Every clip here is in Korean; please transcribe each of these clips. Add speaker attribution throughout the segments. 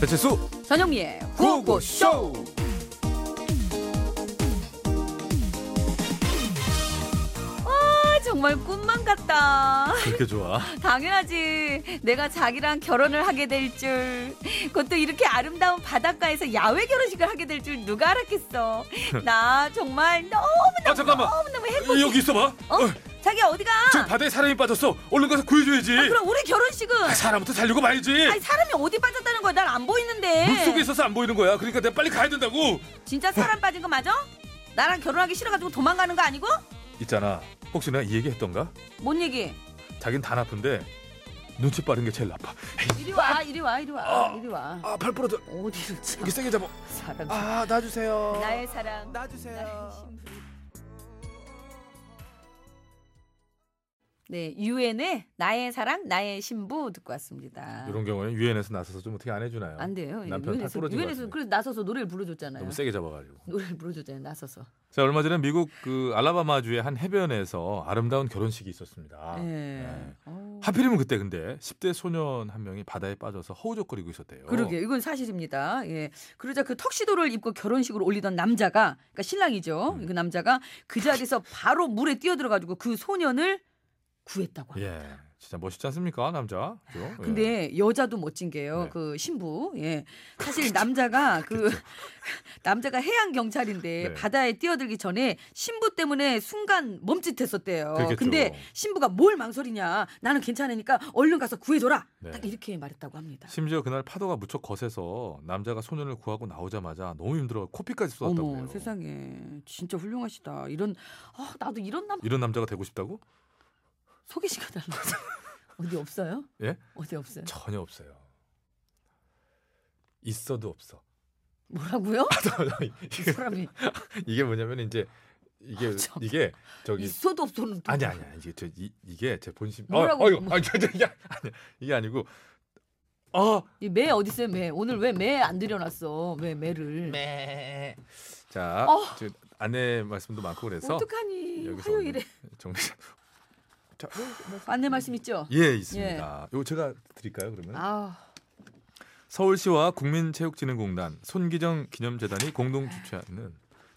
Speaker 1: 배치수
Speaker 2: 전영미의 구호쇼 아 정말 꿈만 같다
Speaker 1: 그렇게 좋아
Speaker 2: 당연하지 내가 자기랑 결혼을 하게 될 줄 그것도 이렇게 아름다운 바닷가에서 야외 결혼식을 하게 될 줄 누가 알았겠어 나 정말
Speaker 1: 아
Speaker 2: 너무너무
Speaker 1: 잠깐만
Speaker 2: 너무너무 행복
Speaker 1: 어, 여기 있어봐
Speaker 2: 어?
Speaker 1: 어,
Speaker 2: 자기야 어디가 아,
Speaker 1: 지금 바다에 사람이 빠졌어 얼른 가서 구해줘야지
Speaker 2: 그럼 우리 결혼식은
Speaker 1: 아, 사람부터 살리고 말지
Speaker 2: 아니 예. 사람이 어디 빠졌다는 거야 난 안 보이는데
Speaker 1: 물속에 있어서 안 보이는 거야 그러니까 내가 빨리 가야 된다고
Speaker 2: 진짜 사람 빠진 거 맞아? 나랑 결혼하기 싫어가지고 도망가는 거 아니고?
Speaker 1: 있잖아 혹시 내가 이 얘기 했던가?
Speaker 2: 뭔 얘기?
Speaker 1: 자긴 다 나쁜데 눈치 빠른 게 제일 나빠
Speaker 2: 이리 와, 이리 와, 이리 와, 이리 와.
Speaker 1: 아 팔 부러져
Speaker 2: 어디를 참
Speaker 1: 여기 세게 잡아
Speaker 2: 사람.
Speaker 1: 아 놔주세요
Speaker 2: 나의 사랑. 나의
Speaker 1: 놔주세요
Speaker 2: 신부. 네, 유엔의 나의 사랑, 나의 신부 듣고 왔습니다.
Speaker 1: 이런 경우에는 유엔에서 나서서 좀 어떻게 안 해주나요?
Speaker 2: 안 돼요.
Speaker 1: 남편 팔
Speaker 2: 유엔에서
Speaker 1: 부러진 것
Speaker 2: 유엔에서
Speaker 1: 같은데.
Speaker 2: 그래서 나서서 노래를 불러줬잖아요.
Speaker 1: 너무 세게 잡아가지고
Speaker 2: 노래를 불러줬잖아요. 나서서.
Speaker 1: 자 얼마 전에 미국 그 알라바마주의 한 해변에서 아름다운 결혼식이 있었습니다
Speaker 2: 예.
Speaker 1: 네.
Speaker 2: 어우,
Speaker 1: 하필이면 그때 근데 10대 소년 한 명이 바다에 빠져서 허우적거리고 있었대요.
Speaker 2: 그러게 이건 사실입니다. 예. 그러자 그 턱시도를 입고 결혼식을 올리던 남자가 그러니까 신랑이죠.
Speaker 1: 음.
Speaker 2: 그 남자가 그 자리에서 바로 물에 뛰어들어 가지고 그 소년을 구했다고 합니다.
Speaker 1: 예. 진짜 멋있지 않습니까, 남자? 그죠? 예.
Speaker 2: 아, 근데 여자도 멋진 게요.
Speaker 1: 네.
Speaker 2: 그 신부. 예. 사실 남자가 그 남자가 해양 경찰인데
Speaker 1: 네.
Speaker 2: 바다에 뛰어들기 전에 신부 때문에 순간 멈칫했었대요.
Speaker 1: 그렇겠죠.
Speaker 2: 근데 신부가 뭘 망설이냐? 나는 괜찮으니까 얼른 가서 구해 줘라.
Speaker 1: 네.
Speaker 2: 딱 이렇게 말했다고 합니다.
Speaker 1: 심지어 그날 파도가 무척 거세서 남자가 소년을 구하고 나오자마자 너무 힘들어 코피까지 쏟았다고
Speaker 2: 어머,
Speaker 1: 해요.
Speaker 2: 세상에. 진짜 훌륭하시다. 이런 아, 나도 이런 남
Speaker 1: 이런 남자가 되고 싶다고?
Speaker 2: 소개시켜 달라. 어디 없어요?
Speaker 1: 예?
Speaker 2: 어디 없어요?
Speaker 1: 전혀 없어요. 있어도 없어.
Speaker 2: 뭐라고요?
Speaker 1: 아,
Speaker 2: 이
Speaker 1: 이게-
Speaker 2: 사람이
Speaker 1: 이게 뭐냐면 이제 이게
Speaker 2: 아, 참.
Speaker 1: 이게 저기
Speaker 2: 있어도 없어는 또
Speaker 1: 아니 아니야 이게 저 이, 이게 제 본심
Speaker 2: 뭐라고-
Speaker 1: 어, 이거 아니 저, 저, 이게 아니 이게 아니고 아
Speaker 2: 이매 어디 있어요 매 오늘 왜 매 안 들여놨어 왜 매를
Speaker 1: 자,
Speaker 2: 어.
Speaker 1: 저 아내 말씀도 많고 그래서
Speaker 2: 어떡하니
Speaker 1: 여기서
Speaker 2: 화요일에
Speaker 1: 정리. 자,
Speaker 2: 안내 말씀 있죠
Speaker 1: 예 있습니다. 요 제가 드릴까요 그러면?
Speaker 2: 아
Speaker 1: 서울시와 국민체육진흥공단 손기정 기념재단이 공동 주최하는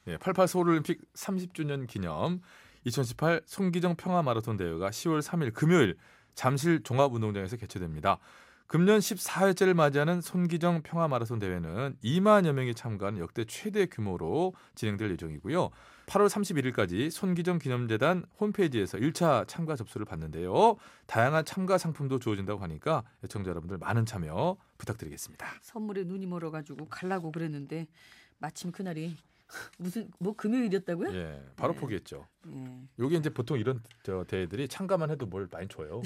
Speaker 1: 예, 88 서울올림픽 30주년 기념 2018 손기정 평화 마라톤 대회가 10월 3일 금요일 잠실 종합운동장에서 개최됩니다. 금년 14회째를 맞이하는 손기정 평화 마라톤 대회는 2만여 명이 참가하는 역대 최대 규모로 진행될 예정이고요. 8월 31일까지 손기정 기념재단 홈페이지에서 1차 참가 접수를 받는데요. 다양한 참가 상품도 주어진다고 하니까 애청자 여러분들 많은 참여 부탁드리겠습니다.
Speaker 2: 선물에 눈이 멀어가지고 갈라고 그랬는데 마침 그날이 무슨 뭐 금요일이었다고요
Speaker 1: 예, 바로
Speaker 2: 네.
Speaker 1: 포기했죠.
Speaker 2: 예.
Speaker 1: 요게 이제 보통 이런 저 대회들이 참가만 해도 뭘 많이 줘요.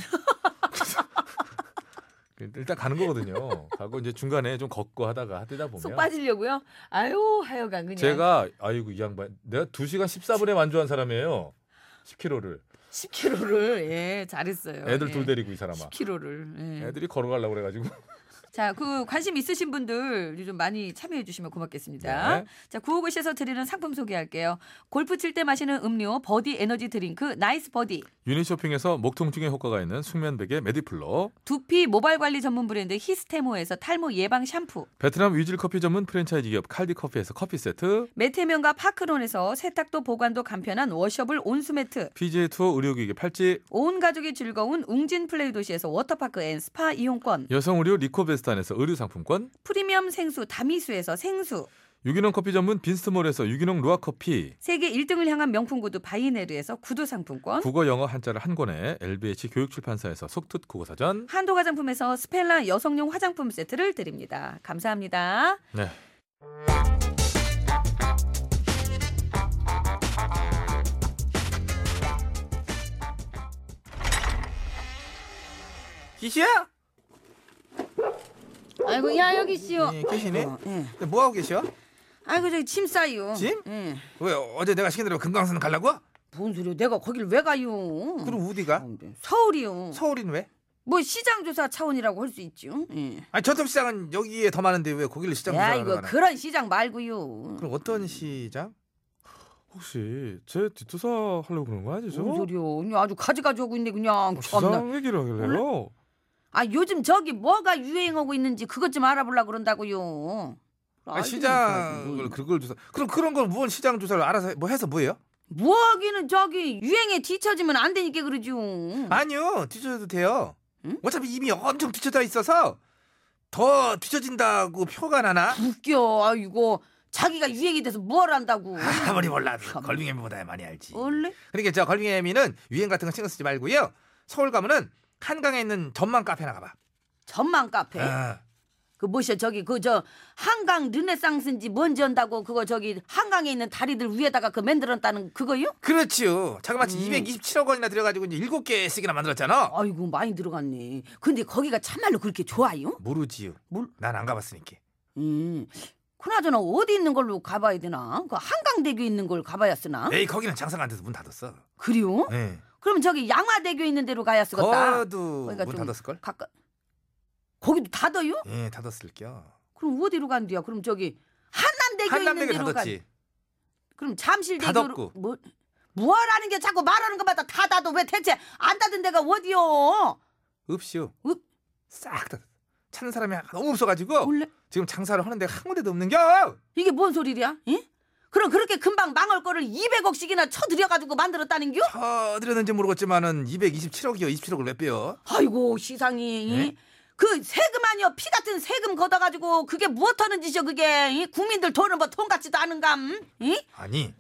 Speaker 1: 그래서 일단 가는 거거든요. 가고 이제 중간에 좀 걷고 하다가 하다
Speaker 2: 속
Speaker 1: 보면
Speaker 2: 빠지려고요 아유 하여간 그냥
Speaker 1: 제가 아이고 이 양반 내가 2시간 14분에 완주한 사람이에요. 10km를
Speaker 2: 10kg를 예 잘했어요
Speaker 1: 애들
Speaker 2: 예.
Speaker 1: 둘 데리고 이 사람아.
Speaker 2: 10kg를 예.
Speaker 1: 애들이 걸어가려고 그래 가지고
Speaker 3: 자, 그 관심 있으신 분들 좀 많이 참여해 주시면 고맙겠습니다.
Speaker 1: 네.
Speaker 3: 자, 구호고시에서 드리는 상품 소개할게요. 골프 칠 때 마시는 음료 버디 에너지 드링크 나이스 버디.
Speaker 1: 유니쇼핑에서 목통증에 효과가 있는 숙면 베개 메디플로,
Speaker 3: 두피 모발 관리 전문 브랜드 히스테모에서 탈모 예방 샴푸.
Speaker 1: 베트남 위즐 커피 전문 프랜차이즈 기업 칼디 커피에서 커피 세트,
Speaker 3: 메테면과 파크론에서 세탁도 보관도 간편한 워셔블 온수 매트.
Speaker 1: PGA 투어 의료기기 팔찌,
Speaker 3: 온 가족이 즐거운 웅진 플레이 도시에서 워터파크 앤 스파 이용권.
Speaker 1: 여성 의류 리코베스탄에서 의류 상품권,
Speaker 3: 프리미엄 생수 다미수에서 생수.
Speaker 1: 유기농 커피 전문 빈스트몰에서 유기농 루아 커피,
Speaker 3: 세계 1등을 향한 명품 구두 바이네르에서 구두 상품권.
Speaker 1: 국어 영어 한자를 한 권에 LBH 교육출판사에서 속뜻 국어사전.
Speaker 3: 한도 화장품에서 스펠라 여성용 화장품 세트를 드립니다. 감사합니다.
Speaker 1: 네.
Speaker 4: 기시야?
Speaker 3: 아이고 야 여기 씨요.
Speaker 4: 예, 계시네.
Speaker 2: 어, 예.
Speaker 4: 근데 뭐 하고 계셔?
Speaker 3: 아이고 저기 침 싸요.
Speaker 4: 짐?
Speaker 2: 예.
Speaker 4: 왜 어제 내가 시킨 대로 금강산 가려고?
Speaker 2: 뭔 소리야? 내가 거길 왜 가요?
Speaker 4: 그럼 어디가?
Speaker 3: 네.
Speaker 2: 서울이요.
Speaker 4: 서울인 왜?
Speaker 2: 뭐 시장 조사 차원이라고 할 수 있죠. 예.
Speaker 4: 아니 전통시장은 여기에 더 많은데 왜 거기를 시장
Speaker 2: 야
Speaker 4: 조사하러
Speaker 2: 이거
Speaker 4: 가나?
Speaker 2: 그런 시장 말고요.
Speaker 4: 그럼 어떤 시장?
Speaker 1: 혹시 제 뒷투사 하려고 그런 거 아니죠?
Speaker 2: 뭔 소리야? 그냥 아주 가지가지 하고 있네
Speaker 4: 뭐
Speaker 2: 그냥. 참나.
Speaker 1: 주상 얘기를 하길래요.
Speaker 2: 아 요즘 저기 뭐가 유행하고 있는지 그것 좀 알아보려 그런다고요. 뭐
Speaker 4: 아, 시장을 그걸 조사. 그럼 그런 걸 무언 시장 조사를 알아서 뭐 해서 뭐예요?
Speaker 2: 뭐하기는 저기 유행에 뒤처지면 안 되니까 그러죠.
Speaker 4: 아니요 뒤쳐도 돼요.
Speaker 2: 응?
Speaker 4: 어차피 이미 엄청 뒤쳐져 있어서 더 뒤쳐진다고 표가 나나?
Speaker 2: 웃겨. 아이고 자기가 유행이 돼서 뭘 안다고.
Speaker 4: 아무리 몰라도
Speaker 2: 참. 어?
Speaker 4: 걸빙애미보다 많이 알지.
Speaker 2: 원래
Speaker 4: 그러니까 저 걸빙애미는 유행 같은 거 신경 쓰지 말고요. 서울 가면은 한강에 있는 전망 카페나 가봐.
Speaker 2: 전망 카페.
Speaker 4: 아,
Speaker 2: 그 뭐셔 저기 그 저 한강 르네상스인지 뭔지 한다고 그거 저기 한강에 있는 다리들 위에다가 그 만들었다는 그거요?
Speaker 4: 그렇지요.
Speaker 2: 음.
Speaker 4: 자그마치 227억 원이나 들여가지고 이제 일곱 개 쓰기나 만들었잖아.
Speaker 2: 아이고 많이 들어갔네. 근데 거기가 참말로 그렇게 좋아요?
Speaker 4: 모르지요.
Speaker 2: 몰-
Speaker 4: 난 안 가봤으니까.
Speaker 2: 음. 그나저나 어디 있는 걸로 가봐야 되나? 그 한강대교 있는 걸 가봐야 쓰나?
Speaker 4: 에이 거기는 장사가 안 돼서 문 닫았어.
Speaker 2: 그래요?
Speaker 4: 네.
Speaker 2: 그럼 저기 양화대교 있는 데로 가야 쓰겠다.
Speaker 4: 거도
Speaker 2: 그러니까
Speaker 4: 문
Speaker 2: 좀- 어.
Speaker 4: 닫았을 걸?
Speaker 2: 가까 거기도 닫아요?
Speaker 4: 예, 닫았을 겨.
Speaker 2: 그럼 어디로 간대요? 그럼 저기 한남대교
Speaker 4: 한남대교
Speaker 2: 있는 데로 가.
Speaker 4: 닫았지.
Speaker 2: 그럼 잠실대교로
Speaker 4: 닫았고.
Speaker 2: 뭐 뭐하라는 게 자꾸 말하는 것마다 다 닫아 왜 대체 안 닫은 데가 어디요?
Speaker 4: 없이요.
Speaker 2: 없-
Speaker 4: 싹 닫았어. 찾는 사람이 너무 없어가지고
Speaker 2: 원래
Speaker 4: 지금 장사를 하는 데가 한 군데도 없는 겨.
Speaker 2: 이게 뭔 소리야? 예? 그럼 그렇게 금방 망할 거를 200억씩이나 쳐들여가지고 만들었다는 겨?
Speaker 4: 쳐드렸는지 모르겠지만은 227억이요. 27억을 왜 빼요?
Speaker 2: 아이고 시상이 예?
Speaker 4: 네?
Speaker 2: 그 세금 아니여 피 같은 세금 걷어가지고 그게 무엇하는 짓이여 그게 예? 국민들 돈은 뭐 돈 같지도 않은감? 예?
Speaker 4: 아니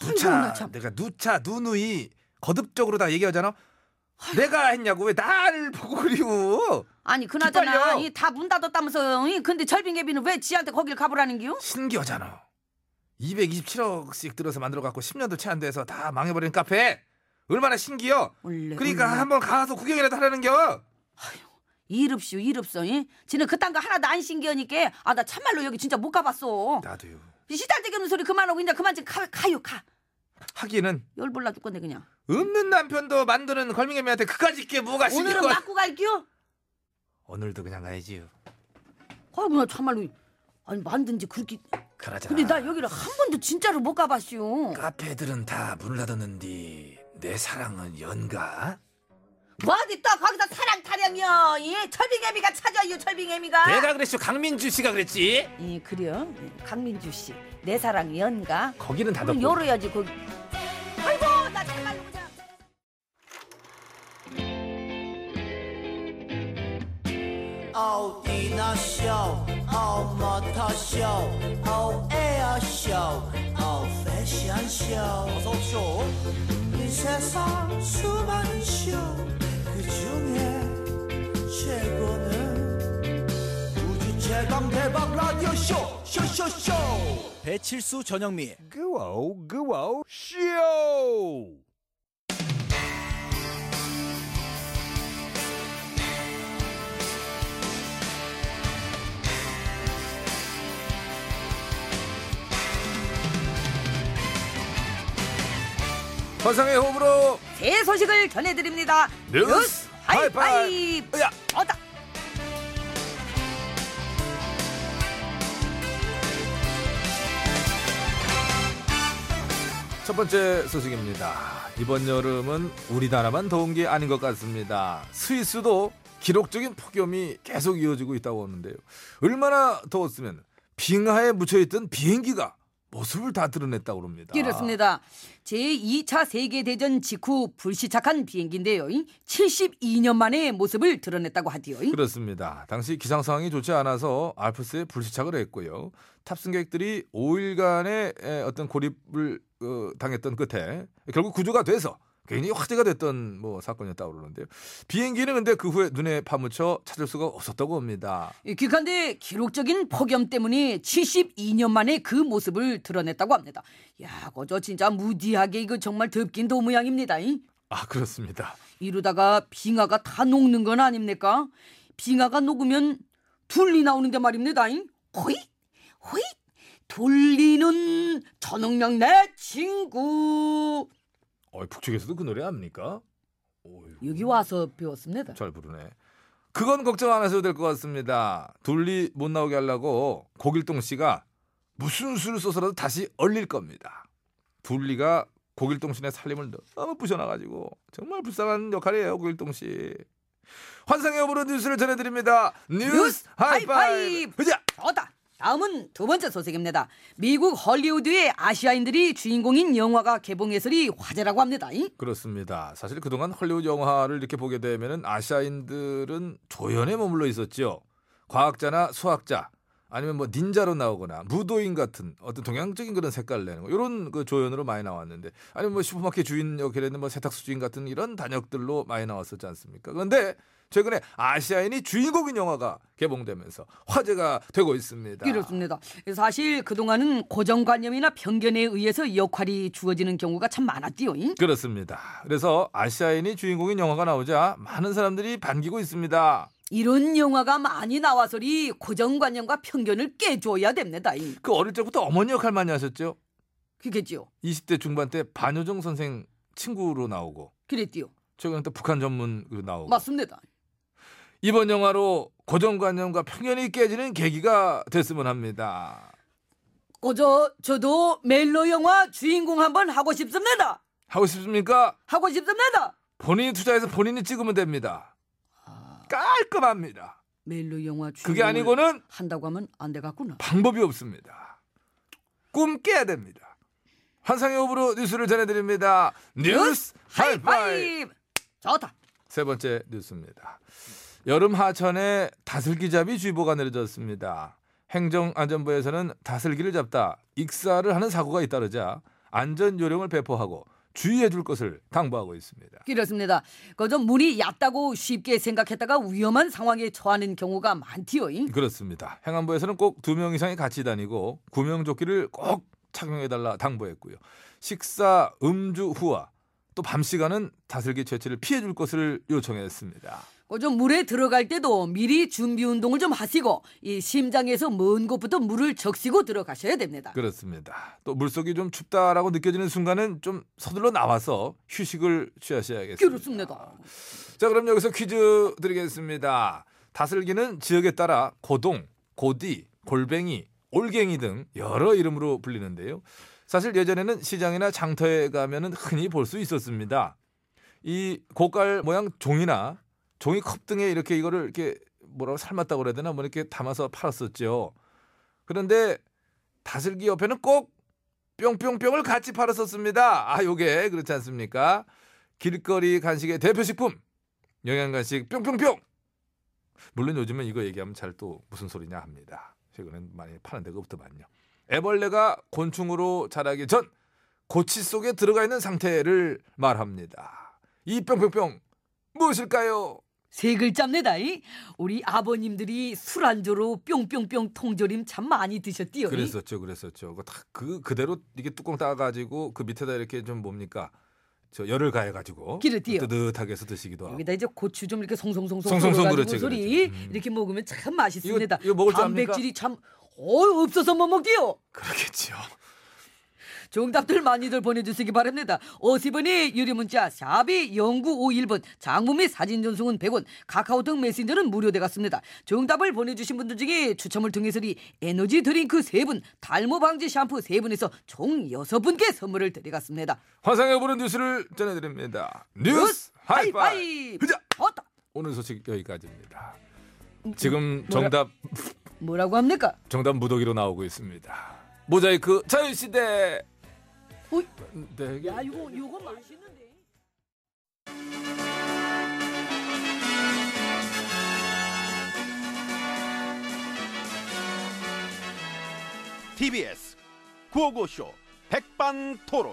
Speaker 2: 아이고,
Speaker 4: 누차
Speaker 2: 나 참.
Speaker 4: 내가 누차 누누이 거듭적으로 다 얘기하잖아. 내가 했냐고 왜 나를 보고 그리고
Speaker 2: 아니 그나저나
Speaker 4: 기빨려.
Speaker 2: 다 문 닫았다면서 예? 근데 절빙개비는 왜 지한테 거길 가보라는 겨?
Speaker 4: 신기하잖아. 227억씩 들어서 만들어 갖고 10년도 채 안 돼서 다 망해버린 카페 얼마나 신기여.
Speaker 2: 원래
Speaker 4: 그러니까
Speaker 2: 원래.
Speaker 4: 한번 가서 구경이라도 하라는겨.
Speaker 2: 이릅쇼 이릅쇼 이? 지는 그딴 거 하나도 안 신기하니까 아 나 참말로 여기 진짜 못 가봤어
Speaker 4: 나도요.
Speaker 2: 시달대기 없는 소리 그만하고 그냥 그만 좀 가, 가요 가
Speaker 4: 하기는
Speaker 2: 열불나 죽겠네 그냥
Speaker 4: 없는 남편도 만드는 걸밍애미한테 그까짓 게 뭐가 아, 신기해.
Speaker 2: 오늘은 맞고 갈게요
Speaker 4: 오늘도 그냥 가야지요.
Speaker 2: 아이고 나 참말로 아니 만든지 그렇게
Speaker 4: 그러자.
Speaker 2: 근데 나 여기를 한 번도 진짜로 못 가봤쇼
Speaker 4: 카페들은 다 문을 닫았는데 내 사랑은 연가?
Speaker 2: 뭐하디 또 거기서 사랑 타령이여 예? 철빙애미가 찾아요 철빙애미가
Speaker 4: 내가 그랬어 강민주 씨가 그랬지.
Speaker 2: 예 그래요 예, 강민주 씨내 사랑 연가
Speaker 4: 거기는
Speaker 2: 그럼
Speaker 4: 닫았고.
Speaker 2: 열어야지 거기 아이고 나 참말로 그냥
Speaker 5: all dinner show, all motor show, all air show, all fashion show. 어서오쇼. 이 세상 수많은 쇼, 그 중에 최고는 우주 최강 대박 라디오 쇼, 쇼쇼쇼. 배칠수 전영미.
Speaker 4: 그와우 그와우 쇼. 화성의 호흡으로
Speaker 2: 새 소식을 전해드립니다.
Speaker 1: 뉴스
Speaker 2: 뉴스 하이파이브.
Speaker 4: 하이파이브. 야.
Speaker 2: 어다.
Speaker 4: 첫 번째 소식입니다. 이번 여름은 우리나라만 더운 게 아닌 것 같습니다. 스위스도 기록적인 폭염이 계속 이어지고 있다고 하는데요. 얼마나 더웠으면 빙하에 묻혀있던 비행기가 모습을 다 드러냈다고 합니다.
Speaker 2: 그렇습니다. 제2차 세계대전 직후 불시착한 비행기인데요. 72년 만에 모습을 드러냈다고 하디요.
Speaker 4: 그렇습니다. 당시 기상 상황이 좋지 않아서 알프스에 불시착을 했고요. 탑승객들이 5일간의 에, 어떤 고립을 어, 당했던 끝에 결국 구조가 돼서 굉장히 화제가 됐던 뭐 사건이었다고 그러는데요. 비행기는 근데 그 후에 눈에 파묻혀 찾을 수가 없었다고 합니다.
Speaker 2: 기간대 기록적인 폭염 때문에 72년 만에 그 모습을 드러냈다고 합니다. 야, 거저 진짜 무디하게 이거 정말 덥긴 더 모양입니다.
Speaker 1: 아 그렇습니다.
Speaker 2: 이러다가 빙하가 다 녹는 건 아닙니까? 빙하가 녹으면 둘리 나오는데 말입니다. 호잇 호잇 둘리는 저능력 내 친구
Speaker 1: 어, 북측에서도 그 노래 압니까?
Speaker 2: 여기 와서 배웠습니다.
Speaker 4: 잘 부르네. 그건 걱정 안 하셔도 될 것 같습니다. 둘리 못 나오게 하려고 고길동 씨가 무슨 수를 써서라도 다시 얼릴 겁니다. 둘리가 고길동 씨의 살림을 너무 부셔놔가지고 정말 불쌍한 역할이에요 고길동 씨. 환상의 오브로 뉴스를 전해드립니다. 뉴스
Speaker 2: 뉴스
Speaker 4: 하이파이브.
Speaker 2: 하이파이브!
Speaker 4: 그자
Speaker 2: 좋다. 다음은 두 번째 소식입니다. 미국 헐리우드의 아시아인들이 주인공인 영화가 개봉해서리 화제라고 합니다.
Speaker 4: 그렇습니다. 사실 그동안 헐리우드 영화를 이렇게 보게 되면은 아시아인들은 조연에 머물러 있었죠. 과학자나 수학자 아니면 뭐 닌자로 나오거나 무도인 같은 어떤 동양적인 그런 색깔을 내는 거 이런 그 조연으로 많이 나왔는데 아니면 뭐 슈퍼마켓 주인 역할에는 뭐 세탁소 주인 같은 이런 단역들로 많이 나왔었지 않습니까? 그런데 최근에 아시아인이 주인공인 영화가 개봉되면서 화제가 되고 있습니다.
Speaker 2: 그렇습니다. 사실 그동안은 고정관념이나 편견에 의해서 역할이 주어지는 경우가 참 많았지요.
Speaker 4: 그렇습니다. 그래서 아시아인이 주인공인 영화가 나오자 많은 사람들이 반기고 있습니다.
Speaker 2: 이런 영화가 많이 나와서리 고정관념과 편견을 깨줘야 됩니다. 이.
Speaker 4: 그 어릴 적부터 어머니 역할 많이 하셨죠?
Speaker 2: 그게지요.
Speaker 4: 20대 중반 때 반효정 선생 친구로 나오고
Speaker 2: 그랬지요.
Speaker 4: 최근에 또 북한 전문 그 나오고
Speaker 2: 맞습니다.
Speaker 4: 이번 영화로 고정관념과 편견이 깨지는 계기가 됐으면 합니다.
Speaker 2: 고저 저도 멜로 영화 주인공 한번 하고 싶습니다.
Speaker 4: 하고 싶습니까?
Speaker 2: 하고 싶습니다.
Speaker 4: 본인이 투자해서 본인이 찍으면 됩니다. 깔끔합니다.
Speaker 2: 멜로 영화 주인공
Speaker 4: 그게 아니고는
Speaker 2: 한다고 하면 안 되겠구나.
Speaker 4: 방법이 없습니다. 꿈 깨야 됩니다. 환상의 호불호 뉴스를 전해드립니다. 뉴스 하이파이!
Speaker 2: 하이파이브. 좋다.
Speaker 4: 세 번째 뉴스입니다. 여름 하천에 다슬기잡이 주의보가 내려졌습니다. 행정안전부에서는 다슬기를 잡다 익사를 하는 사고가 잇따르자 안전 요령을 배포하고 주의해 줄 것을 당부하고 있습니다.
Speaker 2: 그렇습니다. 그저 물이 얕다고 쉽게 생각했다가 위험한 상황에 처하는 경우가 많지요.
Speaker 4: 그렇습니다. 행안부에서는 꼭 두 명 이상이 같이 다니고 구명조끼를 꼭 착용해 달라 당부했고요. 식사 음주 후와 또 밤 시간은 다슬기 채취를 피해 줄 것을 요청했습니다.
Speaker 2: 그저 물에 들어갈 때도 미리 준비 운동을 좀 하시고 이 심장에서 먼 곳부터 물을 적시고 들어가셔야 됩니다.
Speaker 4: 그렇습니다. 또 물속이 좀 춥다라고 느껴지는 순간은 좀 서둘러 나와서 휴식을 취하셔야겠습니다.
Speaker 2: 그렇습니다.
Speaker 4: 자, 그럼 여기서 퀴즈 드리겠습니다. 다슬기는 지역에 따라 고동, 고디, 골뱅이, 올갱이 등 여러 이름으로 불리는데요. 사실 예전에는 시장이나 장터에 가면은 흔히 볼 수 있었습니다. 이 고깔 모양 종이나 종이컵 등에 이렇게 이거를 이렇게 뭐라고 삶았다고 그래야 되나 뭐 이렇게 담아서 팔았었죠. 그런데 다슬기 옆에는 꼭 뿅뿅뿅을 같이 팔았었습니다. 아, 요게 그렇지 않습니까? 길거리 간식의 대표식품 영양간식 뿅뿅뿅. 물론 요즘은 이거 얘기하면 잘 또 무슨 소리냐 합니다. 최근엔 많이 파는 데가 없더만요. 애벌레가 곤충으로 자라기 전 고치 속에 들어가 있는 상태를 말합니다. 이 뿅뿅뿅 무엇일까요?
Speaker 2: 세 글자입니다. 이. 우리 아버님들이 술 안주로 뿅뿅뿅 통조림 참 많이 드셨디요. 이.
Speaker 4: 그랬었죠, 그랬었죠. 그거 다 그, 그대로 이게 뚜껑 따가지고 그 밑에다 이렇게 좀 뭡니까 저 열을 가해가지고
Speaker 2: 기름띠요.
Speaker 4: 뜨뜻하게 해서 드시기도 하고.
Speaker 2: 여기다 이제 고추 좀 이렇게 송송송송
Speaker 4: 송송송
Speaker 2: 썰어가지고
Speaker 4: 그렇지,
Speaker 2: 소리
Speaker 4: 그렇지. 음.
Speaker 2: 이렇게 먹으면 참 맛있습니다.
Speaker 4: 이거- 이거 먹을 줄 압니까?
Speaker 2: 단백질이 참 어, 없어서 못 먹지요.
Speaker 4: 그렇겠지요.
Speaker 2: 정답들 많이들 보내주시기 바랍니다. 50원이 유리문자 샵이 0951번 장문 및 사진 전송은 100원 카카오톡 메신저는 무료되갔습니다. 정답을 보내주신 분들 중에 추첨을 통해서 이 에너지 드링크 3분 탈모 방지 샴푸 3분에서 총 6분께 선물을 드리겠습니다.
Speaker 1: 환상의 보는 뉴스를 전해드립니다. 뉴스 하이파이.
Speaker 2: 하이파이브. 어따.
Speaker 1: 오늘 소식 여기까지입니다. 지금 정답
Speaker 2: 뭐라고 합니까?
Speaker 1: 정답 무더기로 나오고 있습니다. 모자이크 자유 시대.
Speaker 2: 어이.
Speaker 1: 네, 이게-
Speaker 2: 야 이거 이거 맛있는데.
Speaker 6: TBS 구호고쇼 백반토론.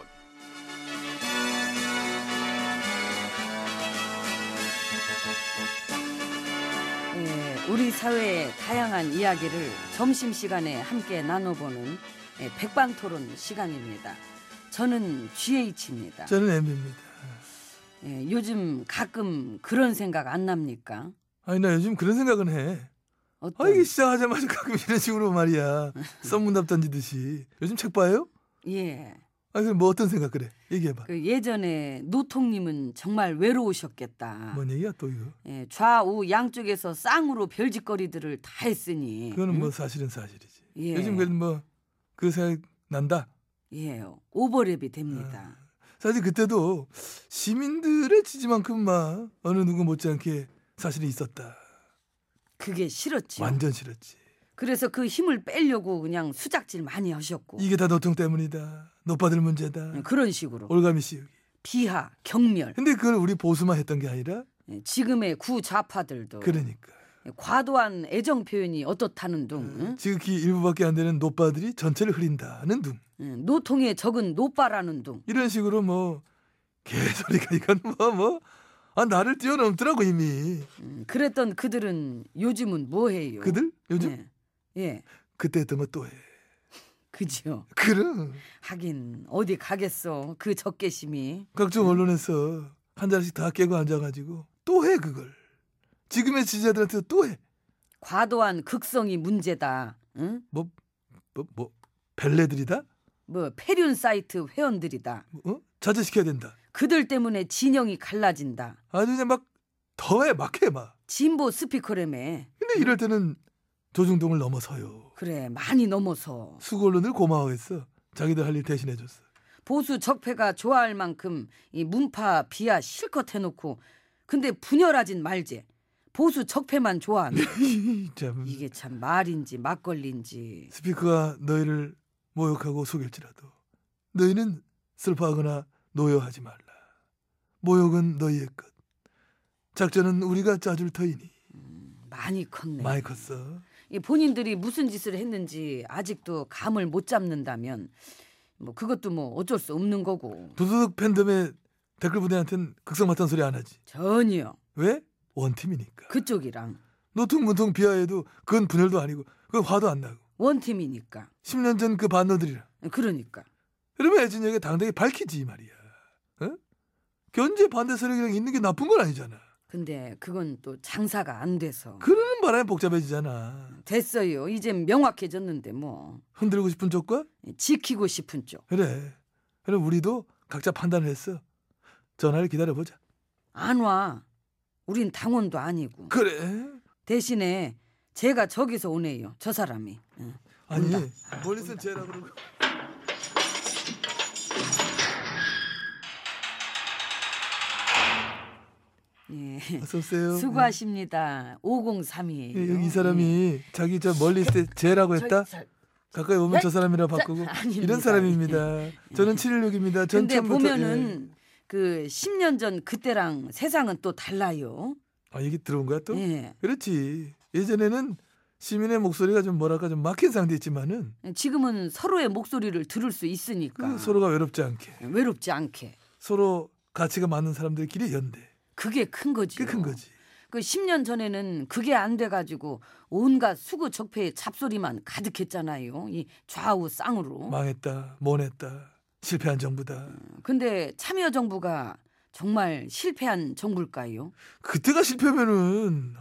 Speaker 2: 예, 우리 사회의 다양한 이야기를 점심시간에 함께 나눠보는 예, 백반토론 시간입니다. 저는 GH입니다. 예,
Speaker 4: 저는 엠비입니다.
Speaker 2: 요즘 가끔 그런 생각 안 납니까?
Speaker 4: 아니 나 요즘 그런 생각은 해.
Speaker 2: 어떤,
Speaker 4: 아 이게 시작하자마자 가끔 이런 식으로 말이야. 썸문답 던지듯이. 요즘 책 봐요?
Speaker 2: 예,
Speaker 4: 아니 그럼 뭐 어떤 생각 그래? 얘기해봐.
Speaker 2: 그 예전에 노통님은 정말 외로우셨겠다.
Speaker 4: 뭔 얘기야 또 이거?
Speaker 2: 예, 좌우 양쪽에서 쌍으로 별짓거리들을 다 했으니.
Speaker 4: 그거는
Speaker 2: 응?
Speaker 4: 뭐 사실은 사실이지.
Speaker 2: 예.
Speaker 4: 요즘 그래도 뭐 그 생각 난다.
Speaker 2: 예, 오버랩이 됩니다.
Speaker 4: 아. 사실 그때도 시민들의 지지만큼 막 어느 누구 못지않게 사실이 있었다.
Speaker 2: 그게 싫었지요.
Speaker 4: 완전 싫었지.
Speaker 2: 그래서 그 힘을 빼려고 그냥 수작질 많이 하셨고.
Speaker 4: 이게 다 노통 때문이다. 노빠들 문제다.
Speaker 2: 예, 그런 식으로
Speaker 4: 올가미 씌우기.
Speaker 2: 비하, 경멸,
Speaker 4: 근데 그걸 우리 보수만 했던 게 아니라
Speaker 2: 예, 지금의 구좌파들도
Speaker 4: 그러니까
Speaker 2: 예, 과도한 애정 표현이 어떻다는 둥,
Speaker 4: 지극히 일부밖에 안 되는 노빠들이 전체를 흐린다는 둥.
Speaker 2: 예, 노통에 적은 노빠라는 둥.
Speaker 4: 이런 식으로 뭐 개소리가 이건 뭐 뭐. 아 나를 뛰어넘더라고 이미
Speaker 2: 음, 그랬던 그들은 요즘은 뭐해요?
Speaker 4: 그들 요즘
Speaker 2: 예, 예,
Speaker 4: 그때 했던 거 또 해.
Speaker 2: 그죠.
Speaker 4: 그럼
Speaker 2: 하긴 어디 가겠어 그 적개심이.
Speaker 4: 각종 언론에서 한 잔씩 다 깨고 앉아가지고 또 해 그걸 지금의 지지자들한테도 또해
Speaker 2: 과도한 극성이 문제다. 응?
Speaker 4: 뭐, 뭐 벨레들이다
Speaker 2: 뭐 폐륜 사이트 회원들이다.
Speaker 4: 어? 자제시켜야 된다
Speaker 2: 그들 때문에 진영이 갈라진다.
Speaker 4: 아주 그냥 막 더해 막 해 막
Speaker 2: 진보 스피커램에
Speaker 4: 근데 이럴 때는 조중동을 넘어서요
Speaker 2: 그래 많이 넘어서
Speaker 4: 수고 언론을 고마워했어 자기들 할 일 대신해줬어
Speaker 2: 보수 적폐가 좋아할 만큼 이 문파 비하 실컷 해놓고 근데 분열하진 말제 보수 적폐만 좋아하는
Speaker 4: 네. 참
Speaker 2: 이게 참 말인지 막걸리인지
Speaker 4: 스피커가 너희를 모욕하고 속일지라도 너희는 슬퍼하거나 노여하지 말라 모욕은 너희의 것 작전은 우리가 짜줄 터이니
Speaker 2: 많이 컸네.
Speaker 4: 많이 컸어
Speaker 2: 이 본인들이 무슨 짓을 했는지 아직도 감을 못 잡는다면 뭐 그것도 뭐 어쩔 수 없는 거고
Speaker 4: 두두둑 팬덤의 댓글 부대한테는 극성 맞다는 소리 안 하지.
Speaker 2: 전혀
Speaker 4: 왜? 원팀이니까.
Speaker 2: 그쪽이랑
Speaker 4: 노퉁문퉁 비하해도 그건 분열도 아니고 그건 화도 안 나고.
Speaker 2: 원팀이니까
Speaker 4: 10년 전 그 반너들이랑.
Speaker 2: 그러니까
Speaker 4: 이러면 애진에게 당당히 밝히지 이 말이야. 어? 견제 반대 세력이랑 있는 게 나쁜 건 아니잖아.
Speaker 2: 근데 그건 또 장사가 안 돼서
Speaker 4: 그러는 바람에 복잡해지잖아.
Speaker 2: 됐어요 이제 명확해졌는데 뭐
Speaker 4: 흔들고 싶은 쪽과?
Speaker 2: 지키고 싶은 쪽
Speaker 4: 그래. 그럼 우리도 각자 판단을 했어. 전화를 기다려보자.
Speaker 2: 안 와. 우린 당원도 아니고.
Speaker 4: 그래.
Speaker 2: 대신에 제가 저기서 오네요. 저 사람이. 어, 응.
Speaker 4: 아니 멀리서 쟤라 그러고.
Speaker 2: 예.
Speaker 4: 어서 오세요.
Speaker 2: 수고하십니다. 5032.
Speaker 4: 음. 예, 여기 이 사람이 자기 저 멀리 있을 때 쟤라고 했다. 가까이 오면 저 사람이라 바꾸고
Speaker 2: 아닙니다. 예.
Speaker 4: 이런 사람입니다. 저는 716입니다. 예. 전
Speaker 2: 근데
Speaker 4: 처음부터-
Speaker 2: 보면은 그 10년 전 그때랑 세상은 또 달라요.
Speaker 4: 예. 아 얘기 들어온 거야 또?
Speaker 2: 예.
Speaker 4: 그렇지. 예전에는 시민의 목소리가 좀 뭐랄까 좀 막힌 상태였지만은
Speaker 2: 지금은 서로의 목소리를 들을 수
Speaker 4: 그
Speaker 2: 있으니까 예,
Speaker 4: 서로가 외롭지 않게
Speaker 2: 외롭지 않게.
Speaker 4: 서로 가치가 맞는 사람들끼리 연대.
Speaker 2: 그게 큰 거지.
Speaker 4: 그게 큰 거지.
Speaker 2: 그 10년 전에는 그게 안 돼가지고 온갖 수구 적폐의 잡소리만 가득했잖아요. 이 좌우 쌍으로.
Speaker 4: 망했다, 못했다, 실패한 정부다.
Speaker 2: 근데 참여 정부가 정말 실패한 정부일까요?
Speaker 4: 그때가 실패면은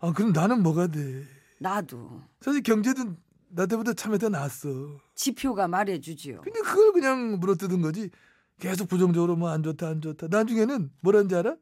Speaker 4: 아 그럼 나는 뭐가 돼?
Speaker 2: 나도
Speaker 4: 사실 경제도 나 때보다 참외 더 나았어.
Speaker 2: 지표가 말해주지요.
Speaker 4: 근데 그걸 그냥 물어뜯은 거지. 계속 부정적으로 뭐 안 좋다 안 좋다. 나중에는 뭐라는지 알아?